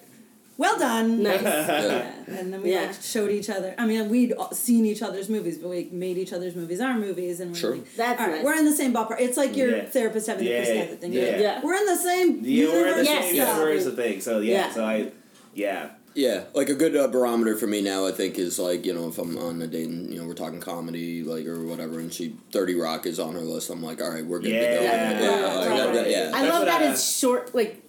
well done." Nice. yeah. Yeah. And then we Yeah. like showed each other. I mean, we'd all seen each other's movies, but we made each other's movies our movies, and we're Sure. like, That's all right, nice. we're in the same ballpark. It's like your Yeah. therapist having Yeah, the personality thing. yeah. Yeah. We're in the same You universe. were the Yes. same Yeah. universe of thing. So yeah, Yeah. so I yeah. Yeah, like a good uh, barometer for me now, I think, is like you know if I'm on a date and you know we're talking comedy like or whatever, and she Thirty Rock is on her list. I'm like, all right, we're good to Yeah. go. Yeah. Yeah, like, that- that- yeah. I That's love what that I- it's short. Like,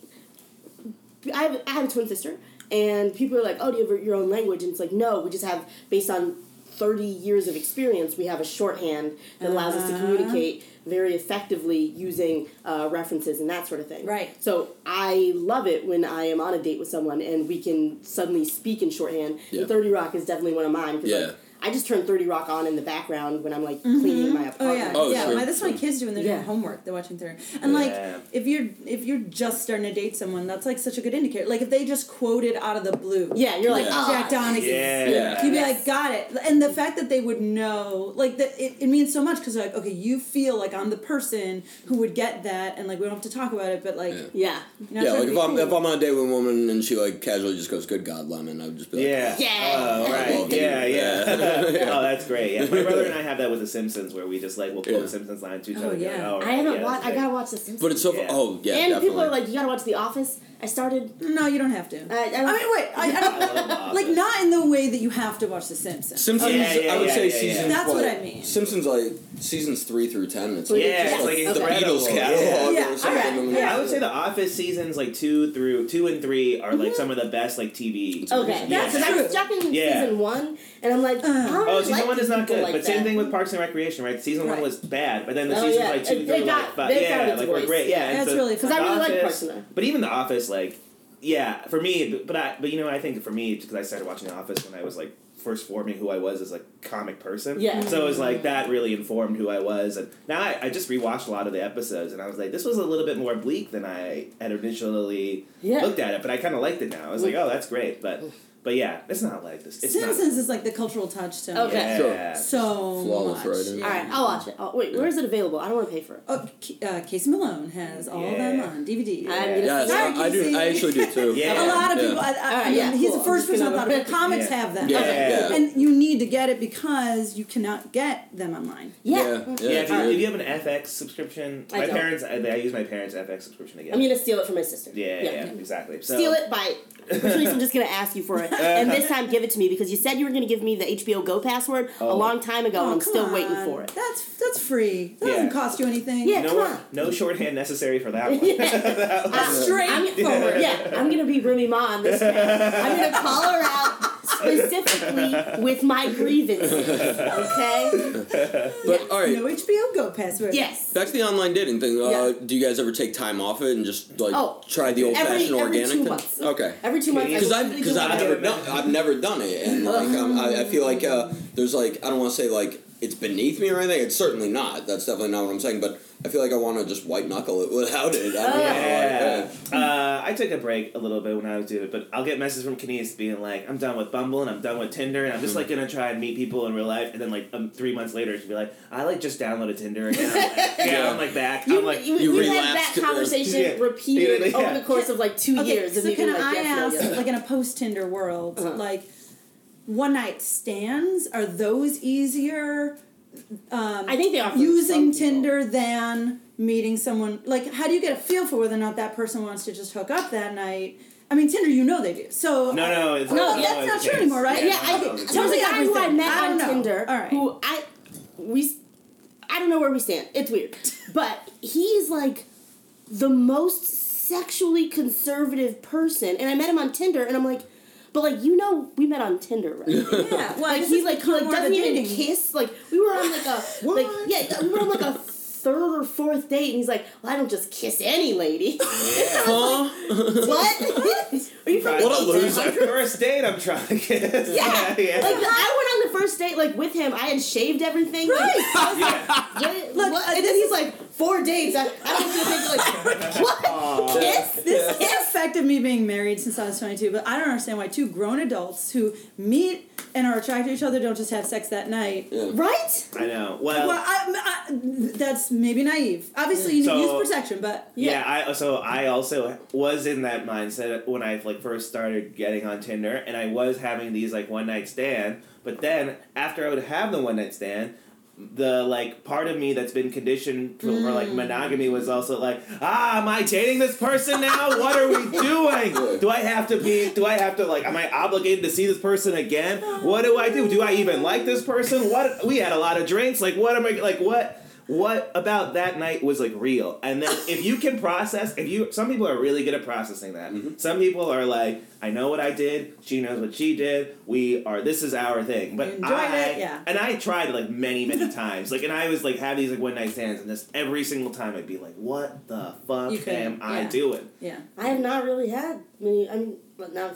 I have, I have a twin sister, and people are like, "Oh, do you have your own language?" And it's like, no, we just have based on thirty years of experience, we have a shorthand that allows us to communicate very effectively using uh, references and that sort of thing. Right. So I love it when I am on a date with someone and we can suddenly speak in shorthand. Yeah. And Thirty Rock is definitely one of mine. 'cause, like, Yeah. I just turn Thirty Rock on in the background when I'm like cleaning my Oh apartment. yeah, Oh, yeah. sure, My, that's what my kids do when they're Yeah. doing homework. They're watching theater, and Yeah. like if you're if you're just starting to date someone, that's like such a good indicator. Like if they just quoted out of the blue, Yeah, you're like, Yeah. oh, Jack Donaghy. Yeah. Ah, Yeah. You'd be like, got it, and the fact that they would know, like that, it, it means so much because like, okay, you feel like I'm the person who would get that, and like we don't have to talk about it, but like, Yeah. Yeah. you Yeah, know, try to like be if I'm cool. if I'm on a date with a woman and she like casually just goes, "Good God, Lemon," I would just be like, Yeah. Yeah. Oh, right. Yeah, yeah. oh, that's great. Yeah. My brother and I have that with The Simpsons where we just like we'll quote Yeah. the Simpsons line to each Oh, other. and be like, yeah. oh, right, I haven't yeah, watched. that's I gotta great. watch The Simpsons. But it's so. fu- Yeah. Oh yeah, and definitely. people are like, you gotta watch The Office. I started. uh, No, you don't have to. I, I, don't- I mean, wait, I, I I don't, love The like Office. not in the way that you have to watch The Simpsons. Simpsons. Yeah, yeah, I would yeah, say yeah, yeah. seasons. That's what like- I mean. Seasons like seasons three through ten. It's like, Yeah, just, it's like, like the incredible. Beatles catalog Yeah. or something. Yeah, I mean, alright. I would say the Office seasons like two through two and three are like some of the best like TV. Okay, Yeah. because I was stuck in Yeah. season one, and I'm Uh. like, I don't Oh, really season like one these is not people good, like but same that. thing with Parks and Recreation, right? Season Right. one was bad, but then the Oh, seasons yeah. like two They through got- like five, they got yeah, its like were voice. great. Yeah, and That's so, really fun. 'Cause I The really like Office- Parks and Rec. But even The Office, like, yeah, for me, but I, but you know, I think for me, because I started watching The Office when I was like first forming who I was as a comic person. Yeah. So it was like that really informed who I was, and now I, I just rewatched a lot of the episodes, and I was like, this was a little bit more bleak than I had initially Yeah. looked at it, but I kind of liked it now. I was like, oh, that's great, but but yeah, it's not like this. It's Simpsons is like the cultural touchstone. Okay. Not, Sure. yeah. So Flawless much. writing. Yeah. All right, I'll watch it. Oh, wait, where is it available? I don't want to pay for it. Oh, K- uh, Casey Malone has all of them Yeah. on DVD. I'm gonna Yes, Sorry, I, I Casey. do. I actually do too. A Yeah. lot of Yeah. people. I, I, Alright, I mean, yeah, he's cool. the first I'm just person I gonna- thought of. But comics Yeah. have them, Yeah. Yeah. and you need to get it because you cannot get them online. Yeah. Yeah. Yeah, if you, yeah. if you have an FX subscription, I my don't. parents, I, I use my parents' FX subscription again. I'm gonna steal it from my sister. yeah, yeah, yeah. exactly. So, Steal it, buy it. Which means I'm just gonna ask you for it, and this time give it to me because you said you were gonna give me the HBO Go password a Oh. long time ago, Oh, and I'm come still waiting on. for it. That's that's free. That Yeah. doesn't cost you anything. Yeah. No, Come one- on. no shorthand necessary for that one. That was- Straightforward. Yeah, I'm gonna be Remy Ma on this. day. I'm gonna call her out specifically with my grievances. Okay. But all right. No HBO Go password. Yes. Back to the online dating thing. Uh, Yeah. Do you guys ever take time off it and just like Oh. try the old Every- fashioned every organic two thing? months. Okay. Every two months. I Because will I've because I've Completely never done done it. I've never done it, and like um, I, I feel like uh, there's like I don't want to say like it's beneath me or anything. It's certainly not. That's definitely not what I'm saying. But I feel like I want to just white knuckle it without it. I don't know, like, Yeah. uh, Uh, I took a break a little bit when I was doing it, but I'll get messages from Kinesis being like, I'm done with Bumble and I'm done with Tinder and I'm just like gonna try and meet people in real life. And then like um, three months later, she'd be like, I like just downloaded Tinder again. I'm like, yeah, I'm like back. You, I'm like, you, You you had that relapsed, uh, conversation yeah. repeated Yeah. over the course of like two Okay, years. of so you can being like, I yes, no, ask, yes. like in a post Tinder world, like one night stands are those easier? Um, I think they are for some using people. Tinder than meeting someone. Like, how do you get a feel for whether or not that person wants to just hook up that night? I mean, Tinder, you know they do. So no, no, it's No, it's that's always not the true case. anymore, right? Yeah, Yeah, I it's think always the there was a case. guy who I Everything. I met on don't know. Tinder All right. who I we s- I don't know where we stand. It's weird, but he is like the most sexually conservative person, and I met him on Tinder, and I'm like, but like you know, we met on Tinder, right? yeah, well, like this he is like he become like more of a doesn't even dating. kiss. Like we were on like a like yeah we were on like a third or fourth date, and he's like, well, I don't just kiss any lady. what? Are you from Right. the What a loser. 1800s? First date, I'm trying to kiss. Yeah. yeah. Like I went on the first date like with him. I had shaved everything. Right. I was like, what, Look, what? And then he's like, four dates. I, I don't feel like like what? Kiss? This has affected me being married since I was 22, but I don't understand why two grown adults who meet and are attracted to each other don't just have sex that night. Right? I know. Well, Well, I, I, that's maybe naive. Obviously, you need to So- use protection, but Yeah. I so I also was in that mindset when I like first started getting on Tinder, and I was having these like one night stand. But then after I would have the one night stand, the like part of me that's been conditioned for, for, Mm. like monogamy was also like, ah, am I dating this person now? What are we doing? Do I have to be? Do I have to like? Am I obligated to see this person again? What do I do? Do I even like this person? What we had a lot of drinks. Like what am I like what? What about that night was like real? And then if you can process, if you some people are really good at processing that. Some people are like, I know what I did. She knows what she did. We are. This is our thing. But Enjoyed I it, yeah. and I tried like many, many times. Like, and I was like have these like one night stands, and just every single time I'd be like, "What the fuck You couldn't, am I yeah. doing?" yeah. I have not really had many. I mean, well, not.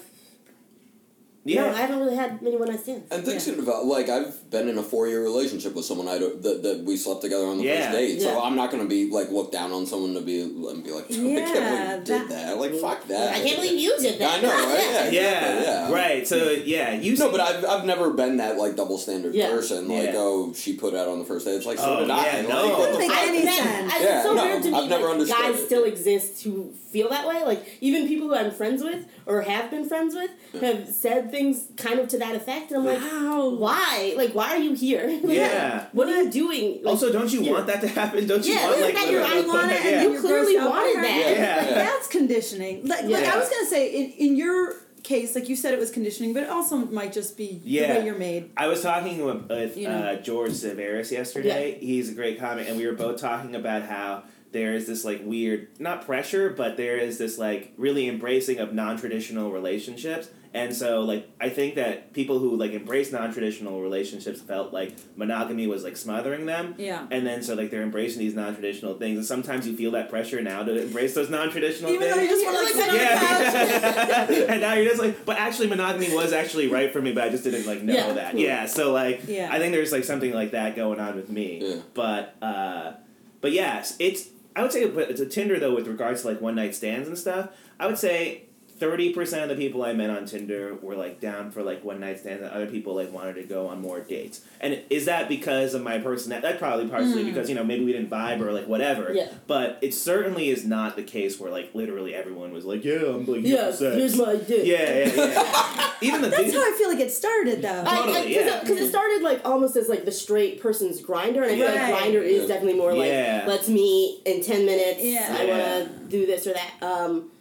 Yeah, No, I haven't really had many one night stands. And things Yeah. can evolve. Like I've been in a four-year relationship with someone I don't, that, that we slept together on the Yeah. first date, so Yeah. I'm not gonna be like look down on someone to be and be like, I can't Yeah, believe you did that- that. Like fuck that. I can't believe you did that. I know, right? Yeah, yeah, exactly, yeah. right. So yeah, you No, but I've, I've never been that like double standard Yeah. person. Like, Yeah. oh, she put out on the first day. It's like, so Oh, did I. yeah, Like, no. what the Doesn't make fuck? any sense. I, Yeah, it's so no, weird to me. I've never like, understood guys it. still exist who feel that way. Like even people who I'm friends with or have been friends with have said things kind of to that effect, and I'm like, Wow. why? Like, why are you here? Like, Yeah. What are you doing? Like, also don't you here? want that to happen? Don't you Yeah, want look like at your- I want it, and yeah. you- You clearly Gross out wanted her. that. Yeah. Like, that's conditioning. Like, like Yeah. I was gonna say, in, in your case, like you said, it was conditioning, but it also might just be Yeah. the way you're made. I was talking with, with You know. uh, George Severus yesterday. He's a great comic, and we were both talking about how there is this like weird not pressure but there is this like really embracing of non-traditional relationships and so like i think that people who like embrace non-traditional relationships felt like monogamy was like smothering them Yeah. and then so like they're embracing these non-traditional things and sometimes you feel that pressure now to embrace those non-traditional Even things though you just want to like sit on the couch. yeah. and now you're just like, but actually, monogamy was actually right for me, but I just didn't like know Yeah. that. Yeah. So like, Yeah. I think there's like something like that going on with me. Yeah. But uh, but yes, it's I would say, but to Tinder though, with regards to like one night stands and stuff, I would say. Thirty percent of the people I met on Tinder were like down for like one night stands, and other people like wanted to go on more dates. And is that because of my personality? That probably partially because you know maybe we didn't vibe or like whatever. Hmm. Yeah. But it certainly is not the case where like literally everyone was like, yeah, I'm like, Yeah, upset." here's my dick. yeah, yeah, yeah. Even the That's dude, how I feel like it started though. I- I- Totally, cause yeah. it, 'cause it started like almost as like the straight person's grinder, and I feel Right. like grinder is Yeah. definitely more like Yeah. let's meet in ten minutes. Yeah. I Yeah. want to do this or that. Um,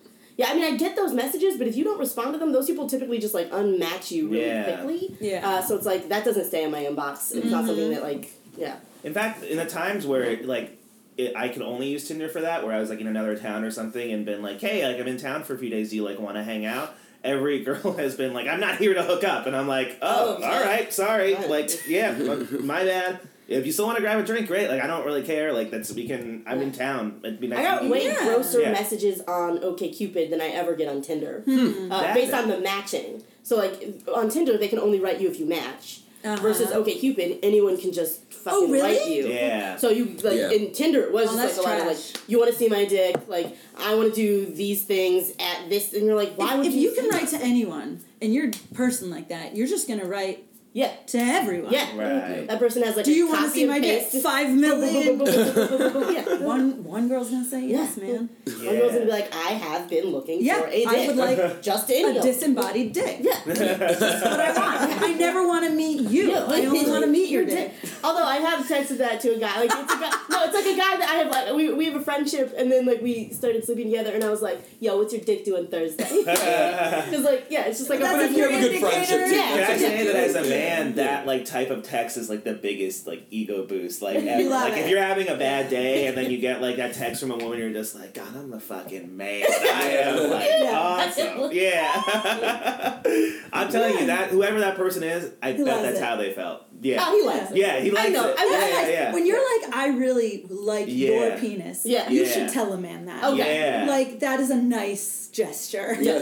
yeah, I mean, I get those messages, but if you don't respond to them, those people typically just like unmatch you really Yeah. quickly. Yeah. Uh, so it's like that doesn't stay in my inbox. It's not Mm-hmm. something that like yeah. in fact, in the times where like it, I could only use Tinder for that, where I was like in another town or something and been like, hey, like I'm in town for a few days. Do you like want to hang out? Every girl has been like, I'm not here to hook up, and I'm like, Oh, oh, okay. all right, sorry, Right. like yeah, m- my bad. If you still want to grab a drink, great. Like I don't really care. Like that's we can. I'm in town. It'd be nice. I to got meet way you. Yeah. grosser Yeah. Hmm. messages on OKCupid than I ever get on Tinder, uh, Hmm. That's based it. on the matching. So like on Tinder, they can only write you if you match. Versus Uh-huh. Oh, OKCupid, anyone can just fucking really? write you. Yeah. So you like Yeah. in Tinder, it was Oh, just that's like a lot of trash. like you want to see my dick, like I want to do these things at this, and you're like, why if, would if you? you can write to anyone and you're a person like that, you're just gonna write yeah, to everyone. yeah. Right. That person has like. Do a you want to see my dick? paste. Five million. yeah. one one girl's gonna say yes, man. One girl's gonna be like, I have been looking Yeah, for a dick. I would like just in A disembodied dick. Yeah. That's what I want. I never want to meet you. Yeah, I only want to meet your dick. Although I have texted that to a guy, like it's a guy. No, it's like a guy that I have like we, we have a friendship, and then like we started sleeping together, and I was like, "Yo, what's your dick doing Thursday?" Because like yeah, it's just like That's a if friendship. you're have a good indicator. friendship, yeah. Can I say that as a Yeah. man, that like type of text is like the biggest like ego boost. Like, ever. love like if it. you're having a bad day and then you get like that text from a woman, you're just like, God, I'm the fucking man. I am like awesome. Yeah. I'm telling you that whoever that person is, I bet loves that's it. how they felt. Yeah. Oh, he likes it. yeah, he likes I know. it. I yeah, realize yeah, yeah. when you're like, I really like your Yeah. penis. Yeah. You Yeah. should tell a man that. Okay. Yeah. Like that is a nice gesture. yeah,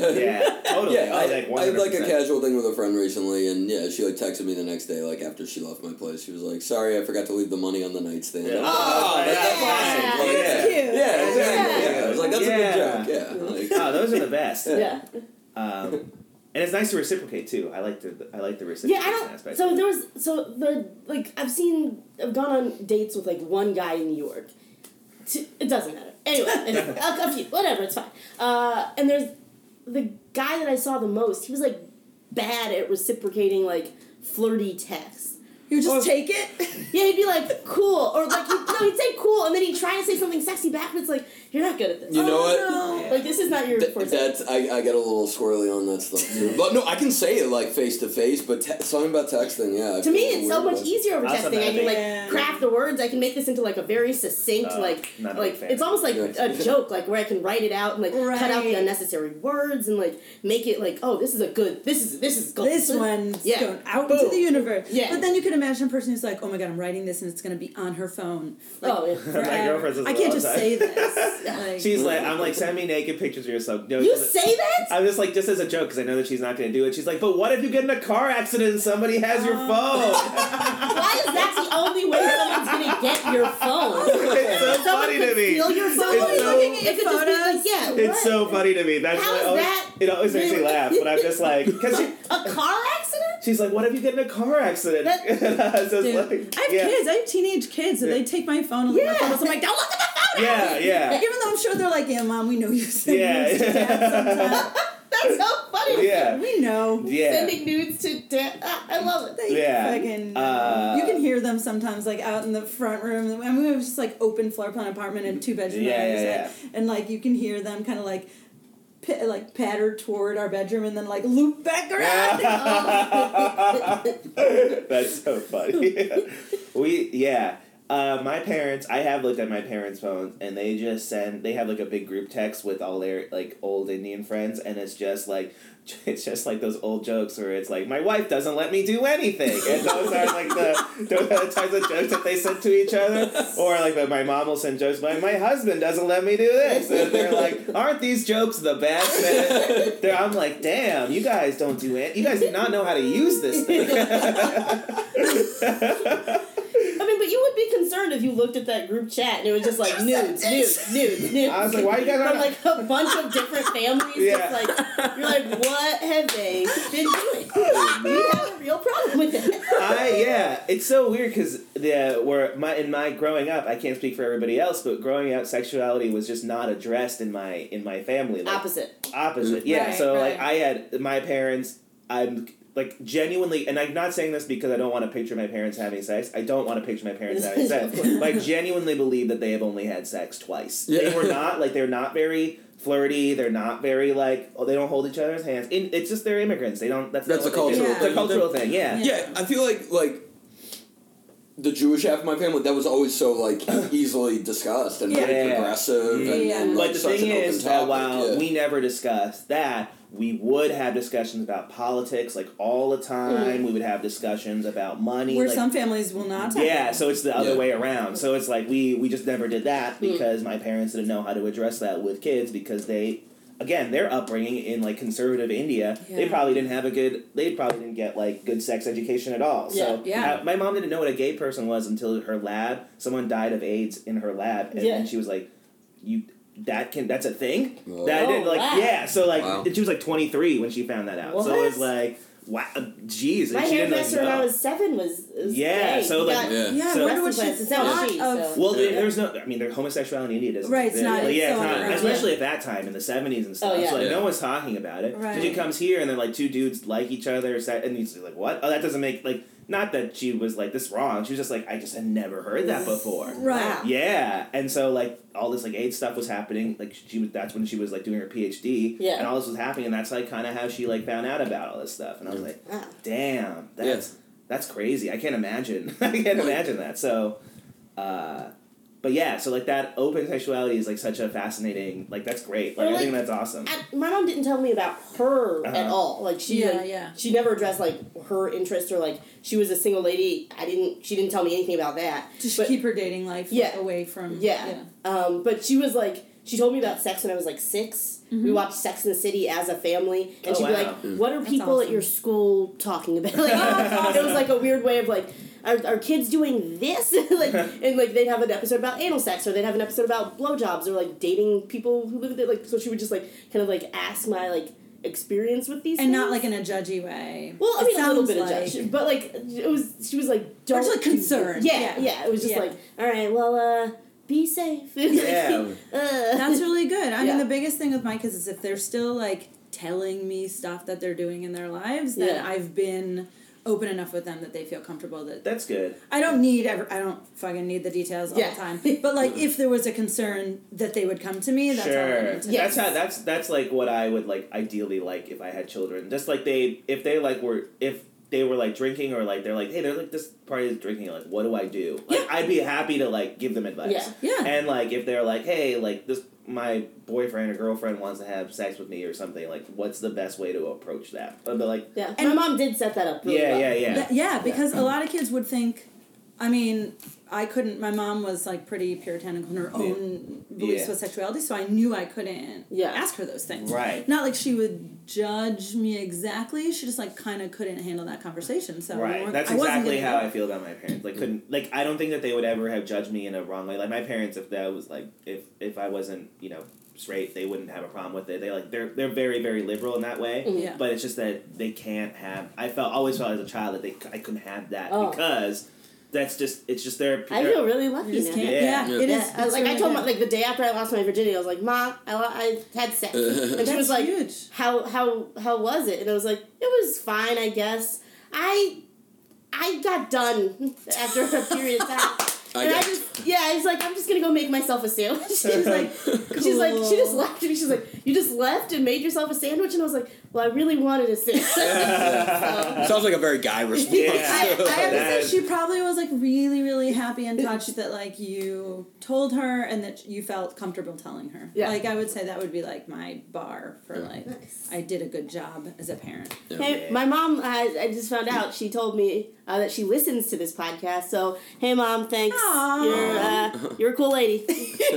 totally. Yeah, I, like I had like a 100%. casual thing with a friend recently, and yeah, she like texted me the next day, like after she left my place. She was like, "Sorry, I forgot to leave the money on the nightstand." Yeah. I'm like, "Oh, Yeah. that's Yeah. awesome!" Like, Yeah. Cute. yeah, exactly. Yeah. Yeah. I was like, "That's Yeah. a good joke." Yeah, like, Oh, those are the best. Yeah. Um, and it's nice to reciprocate too. I like the I like the Yeah, reciprocation I don't. aspect. So of it. there was so the like I've seen I've gone on dates with like one guy in New York. T- It doesn't matter. Anyway, it's- a, a few, whatever, it's fine. Uh, and there's the guy that I saw the most. He was like bad at reciprocating like flirty texts. You just take it. Yeah, he'd be like cool, or like he'd, no, he'd say cool, and then he'd try and say something sexy back, but it's like you're not good at this. Oh, you know what? Like this is not your Th- forte. that's I, I get a little squirrely on that stuff too. But no, I can say it like face to face, but te- something about texting, yeah. I To feel me, weird it's so much about- easier over Also texting. I bad can like thing. craft the words. I can make this into like a very succinct, Oh, like not a big like fan. it's almost like Yes. a joke, like where I can write it out and like cut out the Right. unnecessary words and like make it like, oh, this is a good, this is this is gold. This one's Yeah. going out Boom. into the universe. Yeah. But then you could imagine a person who's like, oh my god, I'm writing this and it's going to be on her phone. Like, Oh, yeah. forever. girlfriend says I that can't all the just time. say this. Like, She's like, I'm like, send me naked pictures of yourself. No, you she's- say that? I'm just like, just as a joke, because I know that she's not going to do it. She's like, but what if you get in a car accident and somebody has your Oh. phone? Why is that the only way someone's gonna get your phone? it's so funny to me. Steal your phone? Somebody's looking at it your could just be like, photos. yeah, It's what? so funny to me. That's How what is always, that it always makes me really- laugh. But I'm just like, because she, a car accident? she's like, what if you get in a car accident? That- and I was just Dude, like, I have yeah. kids. I have teenage kids, so they take my phone and look at Yeah. my photos. I'm like, don't look at my photo. Yeah, yeah. Even though I'm sure they're like, yeah, mom, we know you send Yeah. nudes to dad sometimes. That's so funny. Yeah. We know. Yeah. Sending nudes to dad. Ah, I love it. They Yeah. fucking- Uh, you can hear them sometimes, like out in the front room. And we have just like open floor plan apartment and two bedroom. Yeah, on either yeah, side. And like you can hear them kind of like, pa- like patter toward our bedroom and then like loop back around. That's so funny. we yeah. Uh, my parents, I have looked at my parents' phones, and they just send. They have like a big group text with all their like old Indian friends, and it's just like, it's just like those old jokes where it's like, my wife doesn't let me do anything, and those are like the those are the types of jokes that they send to each other, or like my mom will send jokes, like my husband doesn't let me do this, and they're like, aren't these jokes the best? And they're- I'm like, damn, you guys don't do it. You guys do not know how to use this thing. I mean, but you would be concerned if you looked at that group chat and it was just like nudes, nudes, nudes, nudes. I was like, why you guys from on- like a bunch of different families. Yeah. It's like you're like, what have they been doing? You have a real problem with it. I yeah, it's so weird because the where my in my growing up, I can't speak for everybody else, but growing up, sexuality was just not addressed in my in my family. Like, Opposite. Mm-hmm. opposite, yeah. Right, so like right. I had my parents. I'm like genuinely, and I'm not saying this because I don't want to picture my parents having sex. I don't want to picture my parents having sex. Like genuinely believe that they have only had sex twice. They Yeah. were not like they're not very. Flirty, they're not very like. Oh, they don't hold each other's hands. In, it's just they're immigrants. They don't. That's, not That's a what they do. cultural It's thing. a cultural thing. Yeah. Yeah, I feel like like the Jewish half of my family that was always so like easily discussed and very Yeah. progressive and, Yeah. and like But the such thing an open is that topic. while yeah. we never discussed that, we would have discussions about politics like all the Mm. time. We would have discussions about money. Where like, some families will not talk. yeah, so it's the other Yeah. way around. So it's like we we just never did that Hmm. because my parents didn't know how to address that with kids because they again their upbringing in like conservative India they Yeah. probably didn't have a good they probably didn't get like good sex education at all. so Yeah, yeah. uh, my mom didn't know what a gay person was until her lab someone died of AIDS in her lab and Yeah. then she was like you that can that's a thing Whoa. that I Oh, didn't like wow. yeah so like Wow. she was like 23 when she found that out so it was What? like wow jeez My and she didn't, like, hairdresser when I know. was seven was, was Yeah, gay. so, He like- got yeah. Yeah, So- I wonder what That's she's the thought question. of. Well, there- Yeah. there's no. I mean, their homosexuality in India doesn't. Right, it's exist. not- Like, yeah, it's it's so not. underground. Especially at that time in the '70s and stuff. Oh, yeah. So, like Yeah. no one's talking about it. Right. So she comes here and they're like two dudes like each other, is that- and he's like, "What? Oh, that doesn't make like." Not that she was like this wrong. She was just like, "I just had never heard that before." Right. Yeah, and so like all this like AIDS stuff was happening. Like she was that's when she was like doing her PhD. Yeah. and all this was happening, and that's like kind of how she like found out about all this stuff. And I was like, Wow. damn, Yeah. that's that's crazy. I can't imagine. I can't imagine that. So, uh, but yeah, so like that open sexuality is like such a fascinating. Like that's great. Like Or, I think like, that's awesome. I, my mom didn't tell me about her at Uh-huh. all. Like she, Yeah, like, yeah. she never addressed like her interest or like she was a single lady. I didn't. She didn't tell me anything about that. Just But- keep her dating life Yeah. away from. Yeah. Um, but she was like, she told me about sex when I was like 6 Mm-hmm. We watched Sex in the City as a family, and Oh, she'd be wow. like, "What are people at awesome. Oh, your school talking about?" Like, it was like a weird way of like, "Are, are kids doing this?" like, and like they'd have an episode about anal sex, or they'd have an episode about blowjobs, or like dating people who live there. Like, so she would just like kind of like ask my like experience with these And things. not like in a judgy way. Well, I It mean, a little sounds bit like- of judge, but like it was. She was like, Or "Don't just, like, do this." concerned. Yeah, yeah, Yeah. It was just Yeah. like, "All right, well, uh, be safe." It was like, Yeah. uh, That's really good. I Yeah. mean, the biggest thing with my kids is if they're still like telling me stuff that they're doing in their lives, then Yeah. I've been open enough with them that they feel comfortable that that's good. I don't need ever I don't fucking need the details all Yeah. the time. But like if there was a concern that they would come to me, that's all I sure. need to Yes. That's how that's that's like what I would like ideally like if I had children. Just like they if they like were if they were like drinking or like they're like, hey, they're like this party is drinking, like what do I do? Like Yeah. I'd be happy to like give them advice. Yeah. Yeah. And like if they're like, hey, like this my boyfriend or girlfriend wants to have sex with me or something, like what's the best way to approach that? I'd be like Yeah, And- my mom did set that up. Really Yeah, well. yeah, yeah. That- yeah, because Mm. a lot of kids would think. I mean, I couldn't. My mom was like pretty puritanical in her own beliefs Yeah. with sexuality, so I knew I couldn't Yeah. ask her those things. Right. Not like she would judge me exactly. She just like kind of couldn't handle that conversation. So we Right. weren't- That's I wasn't exactly gonna- how I feel about my parents. Like couldn't like I don't think that they would ever have judged me in a wrong way. Like my parents if that was like if if I wasn't, you know, straight, they wouldn't have a problem with it. They like they're they're very very liberal in that way. Yeah. But it's just that they can't have I felt always felt as a child that they I couldn't have that Oh. because that's just it's just their I feel really lucky You just now. can't. Yeah. Yeah. Yeah. It Yeah, is. I, it's like I really told good. my like the day after I lost my virginity, I was like, "Mom, I, lo- I had sex," and she That's was like, huge. "How how how was it?" And I was like, "It was fine, I guess." I I got done after a period of time. I and I guess. just yeah, I was like, I'm just gonna go make myself a sandwich. She's like, she's like, she just Cool. left me. She's like, you just left and made yourself a sandwich, and I was like, well, I really wanted a six. So- Sounds like a very guy response. I, I have to That- say, she probably was like really, really happy and touched that like you told her and that you felt comfortable telling her. Yeah. Like I would say that would be like my bar for like Nice. I did a good job as a parent. Hey, my mom, I, I just found out, she told me uh, that she listens to this podcast. So, hey, mom, thanks. Aw. You're, uh, you're a cool lady.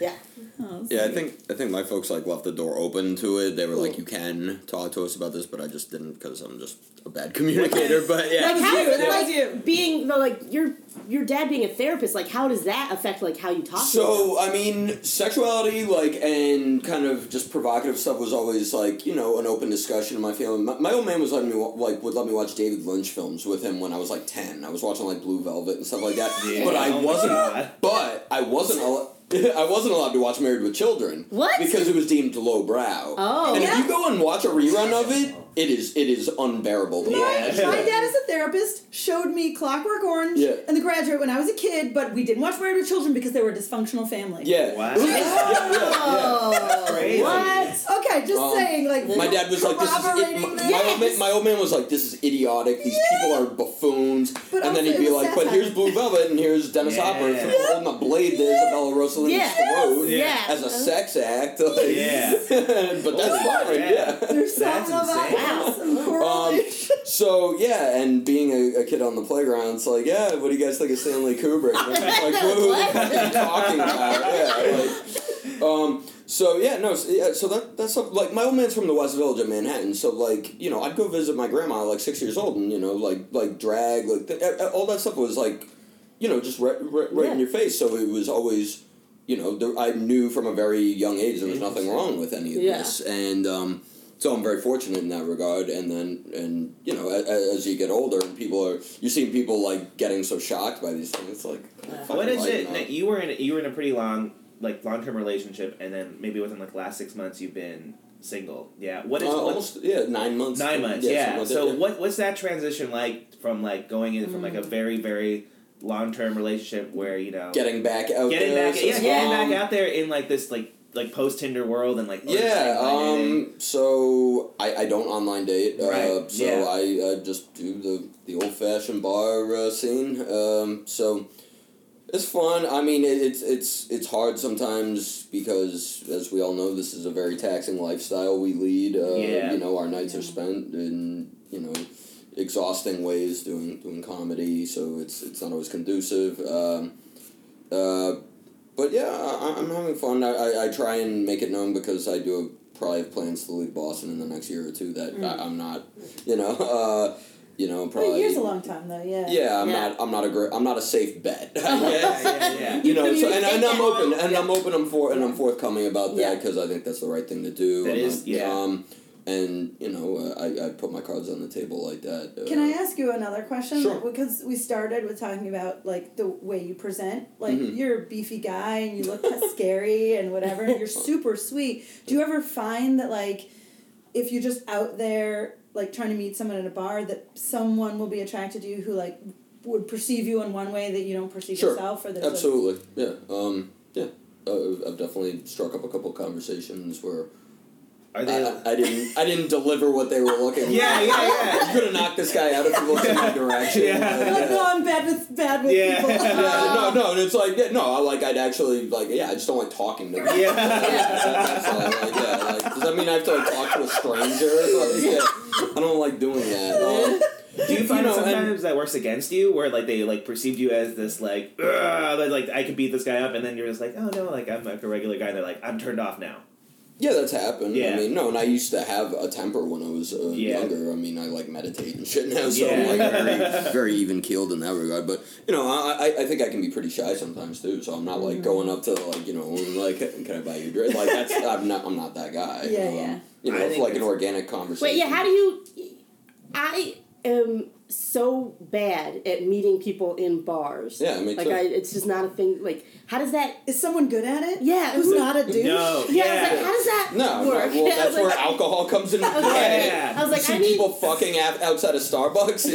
Yeah. Oh, Yeah, I sweet. think I think my folks like left the door open to it. They were like, "You can talk to us about this," but I just didn't because I'm just a bad communicator. But That yeah, was How you. does, That like, was you. Being, the, like, your, your dad being a therapist, like, how does that affect, like, how you talk to So I mean, sexuality, like, and kind of just provocative stuff was always like you know an open discussion in my family. My, my old man was letting me wa- like would let me watch David Lynch films with him when I was like ten. I was watching like Blue Velvet and stuff like that. Yeah. But Oh I my God. wasn't. But I wasn't. Al- I wasn't allowed to watch Married with Children. What? Because it was deemed lowbrow. Oh. And Yeah. if you go and watch a rerun of it, Oh. it is it is unbearable to watch. My dad is a therapist, showed me Clockwork Orange Yeah. and The Graduate when I was a kid, but we didn't watch Married with Children because they were a dysfunctional family. Yeah. Wow. Yeah, Oh. yeah. Crazy. What? Okay, just Um, saying, like My dad was like, "This is it. My, corroborating this. my old man, my old man was like, this is idiotic. These people are buffoons." But and then also he'd be it was like, "But satire. here's Blue Velvet, and here's Dennis Yeah. Hopper Yeah. holding a blade to Isabella Rossellini's Yes. throat Yeah. as a sex act." Like, Yeah. but that's Oh, fine. yeah. Yeah. There's That's something about insane. that, some Um, correlation. so yeah, and being a, a kid on the playground, it's like, yeah, what do you guys think of Stanley Kubrick? And I'm just like, what, who the fuck are you talking about? Yeah, like, um, so yeah, no, so, yeah, so that that's some- like my old man's from the West Village in Manhattan, so like you know, I'd go visit my grandma like six years old, and you know, like like drag, like th- eh, eh, all that stuff was like, you know, just right, right, right in Yeah. your face. So it was always. You know, there, I knew from a very young age there was nothing wrong with any of Yeah. this, and um, so I'm very fortunate in that regard. And then, and you know, as, as you get older, and people are you seeing people like getting so shocked by these things. It's like, What is it? That That you were in you were in a pretty long like long term relationship, and then maybe within like the last six months you've been single. Yeah. What is uh, what- almost yeah, nine months. nine months? something Yeah. like that, So yeah. what what's that transition like from like going in from like a very very long term relationship where you know Getting back out getting there. back so yeah it's, getting um, back out there in like this like like post Tinder world and like Yeah. online dating. Um. So I, I don't online date. Uh, Right, So yeah. I, I just do the the old fashioned bar uh, scene. Um. So it's fun. I mean, it, it's it's it's hard sometimes because as we all know, this is a very taxing lifestyle we lead. Uh, Yeah. You know, our nights are spent in you know exhausting ways doing doing comedy. So it's it's not always conducive. Um. Uh, but yeah, I, I'm having fun. I, I, I try and make it known because I do have, probably have plans to leave Boston in the next year or two that I, I'm not, you know, uh, you know, probably. Mm. Well, years a long time though, yeah. Yeah, I'm Yeah. not. I'm not a. Gr- I'm not a safe bet. yeah, yeah, yeah. you know, You so, and, take and I'm that open, and I'm open, I'm for, and I'm forthcoming about that Yeah. because I think that's the right thing to do. That I'm is- not- yeah. Um, and you know, uh, I, I put my cards on the table like that. Uh, Can I ask you another question? Sure. Because we started with talking about like the way you present. Like Mm-hmm. you're a beefy guy and you look scary and whatever. And you're super sweet. Do you ever find that like if you're just out there like trying to meet someone at a bar that someone will be attracted to you who like would perceive you in one way that you don't perceive Sure. yourself or there's like, Absolutely, yeah, um, yeah. Uh, I've definitely struck up a couple conversations where Are they? I, I didn't. I didn't deliver what they were looking. yeah, for. yeah, yeah. You could have knocked this guy out if he looked in my direction. Yeah. like Yeah. oh I'm bad with bad with Yeah. people. Yeah, no, no, and it's like yeah, no, I like I'd actually like yeah, I just don't like talking to them. Yeah. That's all, like, yeah, like, does that mean I have to like, talk to a stranger? Like, yeah, I don't like doing that. Um, Do you find know, and- sometimes that works against you, where like they like perceived you as this like, "Ugh," that, like I could beat this guy up, and then you're just like, oh no, like I'm like a regular guy. And they're like, I'm turned off now. Yeah, that's happened. Yeah. I mean, no, and I used to have a temper when I was uh, Yeah. younger. I mean, I like meditate and shit now, so I'm Yeah. like very, very even keeled in that regard. But you know, I, I I think I can be pretty shy sometimes too. So I'm not like Mm-hmm. going up to like you know and, like can I buy you a drink? Like that's I'm not I'm not that guy. Yeah, Um, yeah. You know, I it's think like an it's- organic conversation. Wait, yeah, how do you. I am so bad at meeting people in bars. Yeah, me Like too. I, I, it's just not a thing. Like Like, how does that. Is someone good at it? Yeah. Who's not a douche? No. Yeah, I was like, how does that not No, work. well, I that's was where like, alcohol comes into play. okay. Yeah. I was You like, see I need people fucking out- outside of Starbucks.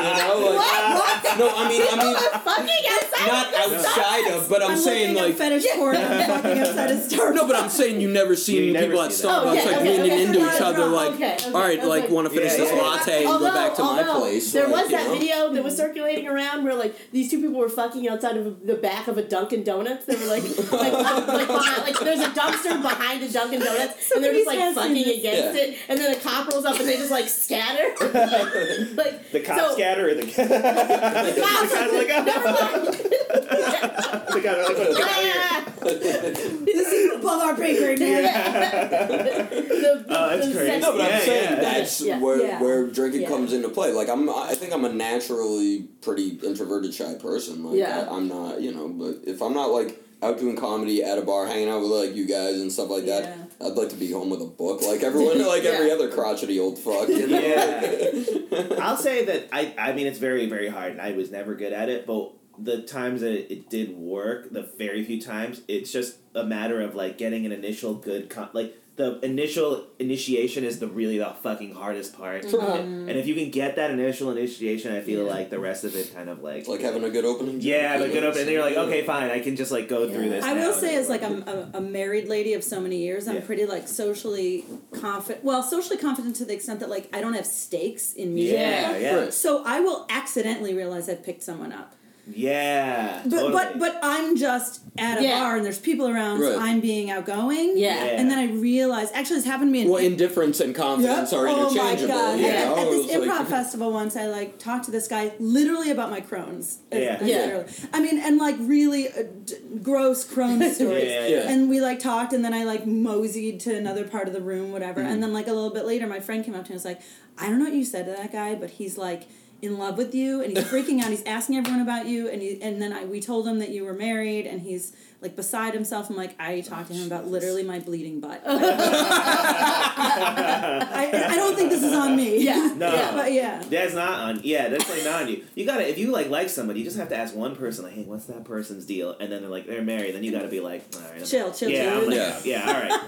You know, like, what? you know, like What? What? no, I mean, I mean, Fucking outside. not outside of, but I'm, I'm saying looking like at fetish porn and fucking outside of Starbucks. No, but I'm saying you never seen You never people at see that. Starbucks Oh, yeah, like okay, leaning okay, into okay, each other, okay, like, okay, okay, all right, okay. like, want to finish Yeah, this yeah, yeah. latte and although, go back to my although, place. There like, was you that know? video that was circulating around where like these two people were fucking outside of the back of a Dunkin' Donuts. They were like, like, up- like, behind, like there's a dumpster behind a Dunkin' Donuts, and they're just like Somebody's asking fucking this. against Yeah. it. And then a cop rolls up and they just like scatter. like, like The cop so, scatter or the The the cops cop's like, oh. the cop's like, oh, get out of here. Ah! this is above our pay grade, man. The- Oh, that's the crazy. sex- No, but Yeah, I'm saying yeah. that's Yeah. where Yeah. where drinking Yeah. comes into play. Like I'm, I think I'm a naturally pretty introverted, shy person. Like Yeah. I, I'm not, you know, but if I'm not like out doing comedy at a bar, hanging out with like you guys and stuff like that, Yeah. I'd like to be home with a book, like everyone, like Yeah. every other crotchety old fuck. You know? Yeah. I'll say that I I mean it's very very hard and I was never good at it, but the times that it, it did work, the very few times, it's just a matter of like getting an initial good con- like the initial initiation is the really the fucking hardest part. Mm-hmm. And if you can get that initial initiation, I feel like the rest of it kind of like It's like having a good opening. yeah, joke, but you good know? up, and then you're like, okay, fine, I can just like go through this. I now. will say, as like I'm a, a married lady of so many years, I'm Yeah. pretty like socially confident. Well, socially confident to the extent that like I don't have stakes in music. yeah, yeah, Right. So I will accidentally realize I've picked someone up. yeah. But totally. but but I'm just at a Yeah. bar and there's people around. Right. So I'm being outgoing. Yeah. Yeah. And then I realize actually this happened to me in Well, indifference and confidence are Oh my interchangeable. god! You At- know? At this It's like- improv festival once, I like talked to this guy literally about my crones. Yeah. Uh, Yeah. literally. I mean, and like really uh, d- gross crone stories. Yeah, yeah, yeah. And we like talked, and then I like moseyed to another part of the room, whatever. Mm-hmm. And then like a little bit later, my friend came up to me and was like, "I don't know what you said to that guy, but he's like." In love with you, and he's freaking out. He's asking everyone about you, and he, and then I we told him that you were married, and he's like beside himself. I'm like, I talked to him about literally my bleeding butt. I, I don't think this is on me. Yeah. No. Yeah. But yeah. That's not on. Yeah, that's like not on you. You gotta if you like like somebody, you just have to ask one person like, hey, what's that person's deal? And then they're like, they're married. Then you gotta be like, all right, I'm- Chill, chill, yeah, chill. I'm like, Yeah. yeah, all right.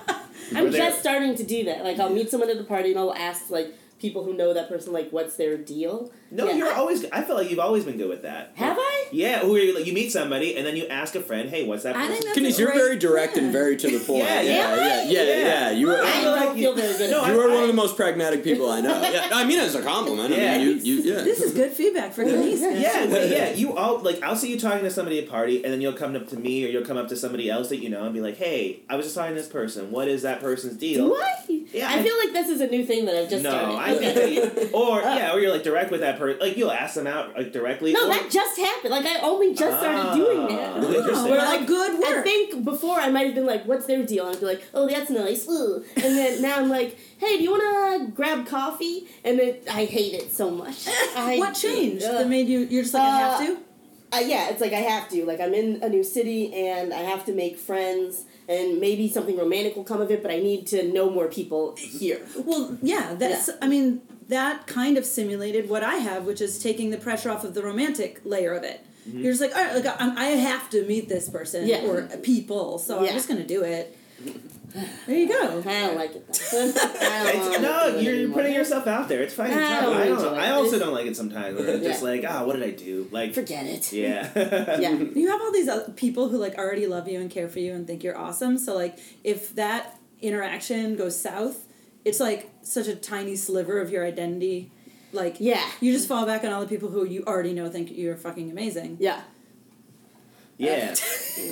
Or I'm they're- just starting to do that. Like I'll meet someone at a party and I'll ask like people who know that person like what's their deal. No, Yeah, you're I- always. I feel like you've always been good with that. Have I? Yeah, where you like you meet somebody and then you ask a friend, hey, what's that? I person's think Kenny, that's a you're great very direct and plan. very to the point. Yeah, yeah, yeah, yeah. Yeah. yeah. You, are, I feel don't like you- feel very good. No, at I- you are one of the most pragmatic people I know. Yeah, I mean, as a compliment. Yeah. I mean, you, you, yeah. This is good feedback for Denise. Yeah, but yeah. You all like I'll see you talking to somebody at a party, and then you'll come up to me, or you'll come up to somebody else that you know, and be like, "Hey, I was just talking to this person. What is that person's deal?" What? Yeah. I feel like this is a new thing that I've just no, started. I think, or yeah, or you're like direct with that person. Like you'll ask them out like directly. no, or- that just happened. Like I only just started doing Ah, that. interesting. We're Where, like, like, good work. I think before I might have been like, "What's their deal?" And I'd be like, "Oh, that's nice." Ooh. And then now I'm like, "Hey, do you want to grab coffee?" And then I hate it so much. I, what changed Ugh. that made you? You're just like I have Uh, to. uh, yeah, it's like I have to. Like I'm in a new city and I have to make friends and maybe something romantic will come of it, but I need to know more people here. Well, yeah. That's. I mean, that kind of simulated what I have, which is taking the pressure off of the romantic layer of it. Mm-hmm. You're just like, all right, like I'm, I have to meet this person Yeah. or people, so Yeah. I'm just gonna do it. There you go. I don't like it. though. I don't It's, wanna do no, it you're anymore. putting yourself out there. It's fine. It's I fine. don't I, don't, enjoy it. I also don't like it sometimes. Where I'm just Yeah. like, ah, what did I do? Like, Forget it. yeah, Yeah. You have all these other people who like already love you and care for you and think you're awesome. So like if that interaction goes south, it's like such a tiny sliver of your identity. Like Yeah. you just fall back on all the people who you already know think you're fucking amazing. Yeah. yeah.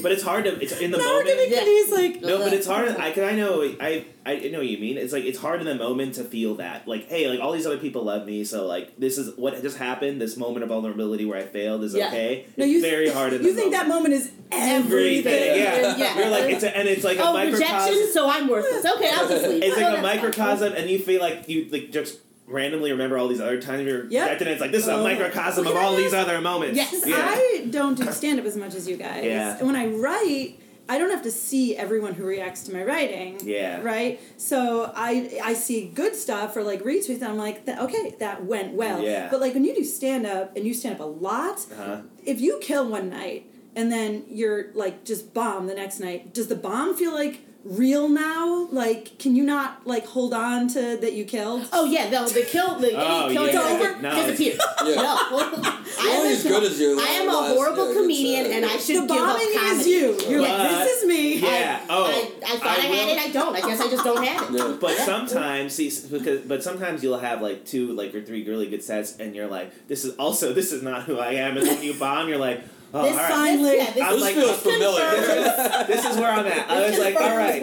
but it's hard to. It's in the Now we're moment. giving Yeah. Kenny's like No, but it's hard. I can. I know. I. I know what you mean. It's like it's hard in the moment to feel that. Like, hey, like all these other people love me, so like this is what just happened. This moment of vulnerability where I failed is Yeah. okay. no, it's you very hard. In You the think that moment. moment is everything? everything. Yeah. Yeah. You're like it's a, and it's like a Oh, microcosm. rejection, so I'm worthless. Okay, I'll just leave. It's Oh, like a that's fine. microcosm, and you feel like you like just randomly remember all these other times you're Yep. rejected. And it's like this is a Oh. microcosm Look of at all this. these other moments. Yes. yeah. I don't do stand up as much as you guys. Yeah. And when I write, I don't have to see everyone who reacts to my writing. Yeah. Right? So I I see good stuff or like retweets and I'm like, "Th- okay, that went well. Yeah. But like when you do stand up and you stand up a lot, Uh-huh. if you kill one night and then you're like just bomb the next night, does the bomb feel like real now? Like, can you not like hold on to that you killed? Oh yeah, no, the kill, the Oh, any kill yeah, it's yeah, over, no. disappear. Yeah. No, well, I You're am only as a, good as your I am a last- horrible yeah, good comedian, set. and I should the give up bombing is comedy. you. You're like, But- this is me. Yeah. I, oh, I, I thought I, had will- it. I don't. I guess I just don't have it. Yeah. But sometimes, see, s- because but sometimes you'll have like two, like or three really good sets, and you're like, this is also this is not who I am. And then you bomb, you're like, oh, This all right. finally- yeah, this I'm This like- feels familiar. this, is, this is where I'm at. I was like, all right.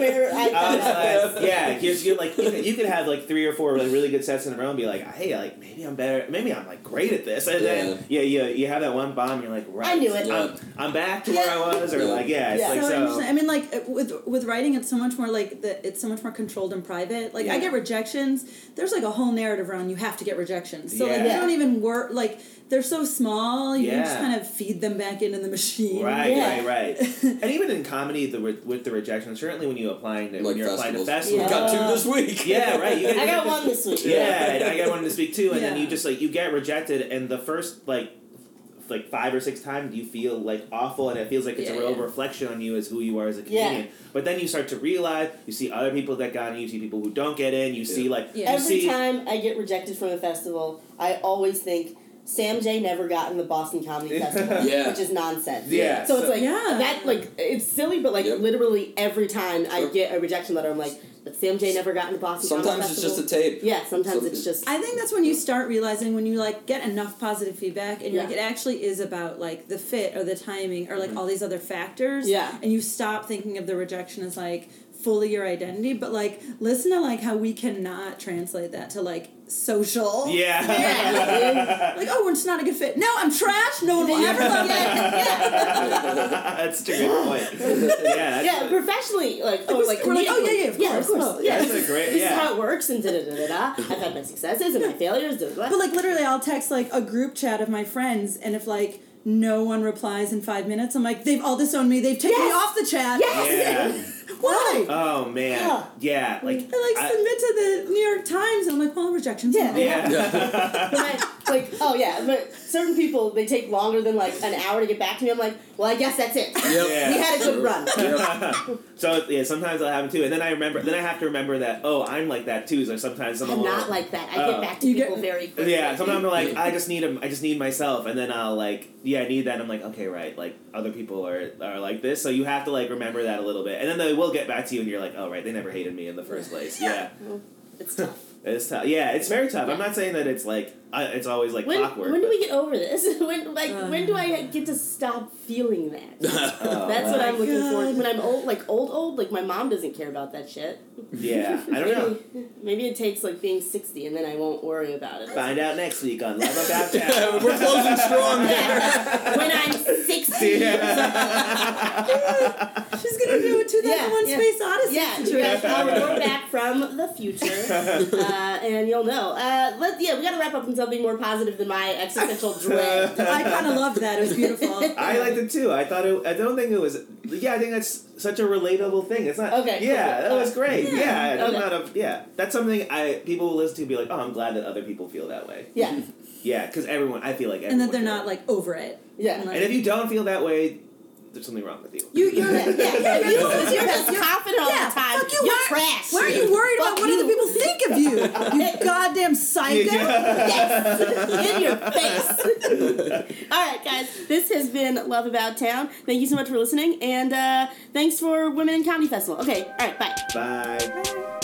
I was like, yeah, it gives you like you could, you could have like three or four really, really good sets in a row and be like, hey, like maybe I'm better, maybe I'm like great at this, and then yeah, you you have that one bomb, you're like, right, I knew it. Yeah. I'm, I'm back to where I was, or Yeah. like yeah, it's Yeah. like so, so. interesting. I mean, like it- with with writing, it's so much more like the, it's so much more controlled and private. Like I Yeah. get rejections. There's like a whole narrative around you have to get rejections. So like Yeah. they don't even work. Like they're so small, you can just Yeah. kind of feed them back into the machine. Right, Yeah. right, right. and even in comedy, the re- with the rejection, certainly when you applying to Like when you're applying to festivals. festivals, We got two this week. yeah, right. You get, I you got get one this week. yeah, and I got one to speak too, and then Yeah. you just like you get rejected, and the first like f- like five or six times you feel like awful, and it feels like it's Yeah, a real yeah. reflection on you as who you are as a Yeah. comedian. But then you start to realize you see other people that got in, you see people who don't get in, you see like Yeah. you Every see. time I get rejected from a festival, I always think Sam J never got in the Boston Comedy Festival, Yeah. which is nonsense. Yeah, So, it's so- like Yeah. that. Like it's silly, but like Yep. literally every time I Sure. get a rejection letter, I'm like, but Sam J never got in the Boston. Sometimes Comedy it's Festival. just a tape. Yeah, sometimes Something. it's just. I think that's when you start realizing when you like get enough positive feedback and you're like Yeah. Mm-hmm. it actually is about like the fit or the timing or like all these other factors. Yeah. And you stop thinking of the rejection as like fully your identity, but like listen to like how we cannot translate that to like social. yeah. Yeah. Like, oh, we're just not a good fit. No, I'm trash. No one will ever love me. that's a good point. Yeah, that's, yeah, professionally, like oh, like we're like, oh, yeah, yeah, of comedically. yeah, of course, course, well, yeah. that's a great. This yeah. is how it works, and da da da da da. I've had my successes and my failures. Da, da, da. But like literally I'll text like a group chat of my friends and if like no one replies in five minutes, I'm like, they've all disowned me, they've taken me Yes. off the chat. yeah. Why? Oh man. Yeah. Like. I like I- submit to the New York Times and I'm like, well, rejection's Yeah. normal. yeah. But I- like, oh yeah, but certain people they take longer than like an hour to get back to me. I'm like, well, I guess that's it. Yep. Yeah. We had a good run. Yep. So yeah, sometimes I'll happen too, and then I remember. Then I have to remember that. Oh, I'm like that too. So sometimes someone I'm will- not like that. I Oh. get back to You people get- very quickly. Yeah, sometimes I'm like, I just need him. I just need myself, and then I'll like, yeah, I need that. And I'm like, okay, right. Like other people are are like this, so you have to like remember that a little bit, and then they will get back to you, and you're like, oh right, they never hated me in the first place. Yeah, It's tough. it's tough. Yeah, it's very tough. I'm not saying that it's like I, it's always like When, clockwork. when do but- we get over this? When like Uh, when do I get to stop feeling that? Oh, That's what I'm looking for. God. When I'm old, like old, old, like my mom doesn't care about that shit. Yeah, I don't know. Maybe it takes like being 60 and then I won't worry about it. Find out next week on Love About Yeah, Town. We're closing strong here. when I'm 60. She's gonna do a 2001 Yeah, yeah. Space Odyssey. Yeah, you situation. guys I'll go back from the future, uh, and you'll know. Uh, let yeah, we gotta wrap up on something more positive than my existential dread. I kind of loved that. It was beautiful. I liked it too. I thought it. I don't think it was. Yeah, I think that's such a relatable thing. It's not. Okay, Yeah, cool. that was great. Yeah, I'm Okay. not a- yeah. That's something I people will listen to and be like, oh, I'm glad that other people feel that way. Yeah, Yeah, because everyone, I feel like everyone. and that they're feels not that way. like over it. yeah. And, like, And if you don't feel that way, there's something wrong with you. you, you're, Yeah, yeah, yeah, you, are just confident all yeah, the time. fuck you, You're why- trash. why are you worried Fuck about what you. other people think of you? You goddamn psycho. Yes, in your face. all right, guys, this has been Love About Town. Thank you so much for listening, and uh, thanks for Women in Comedy Festival. Okay, all right, bye. Bye.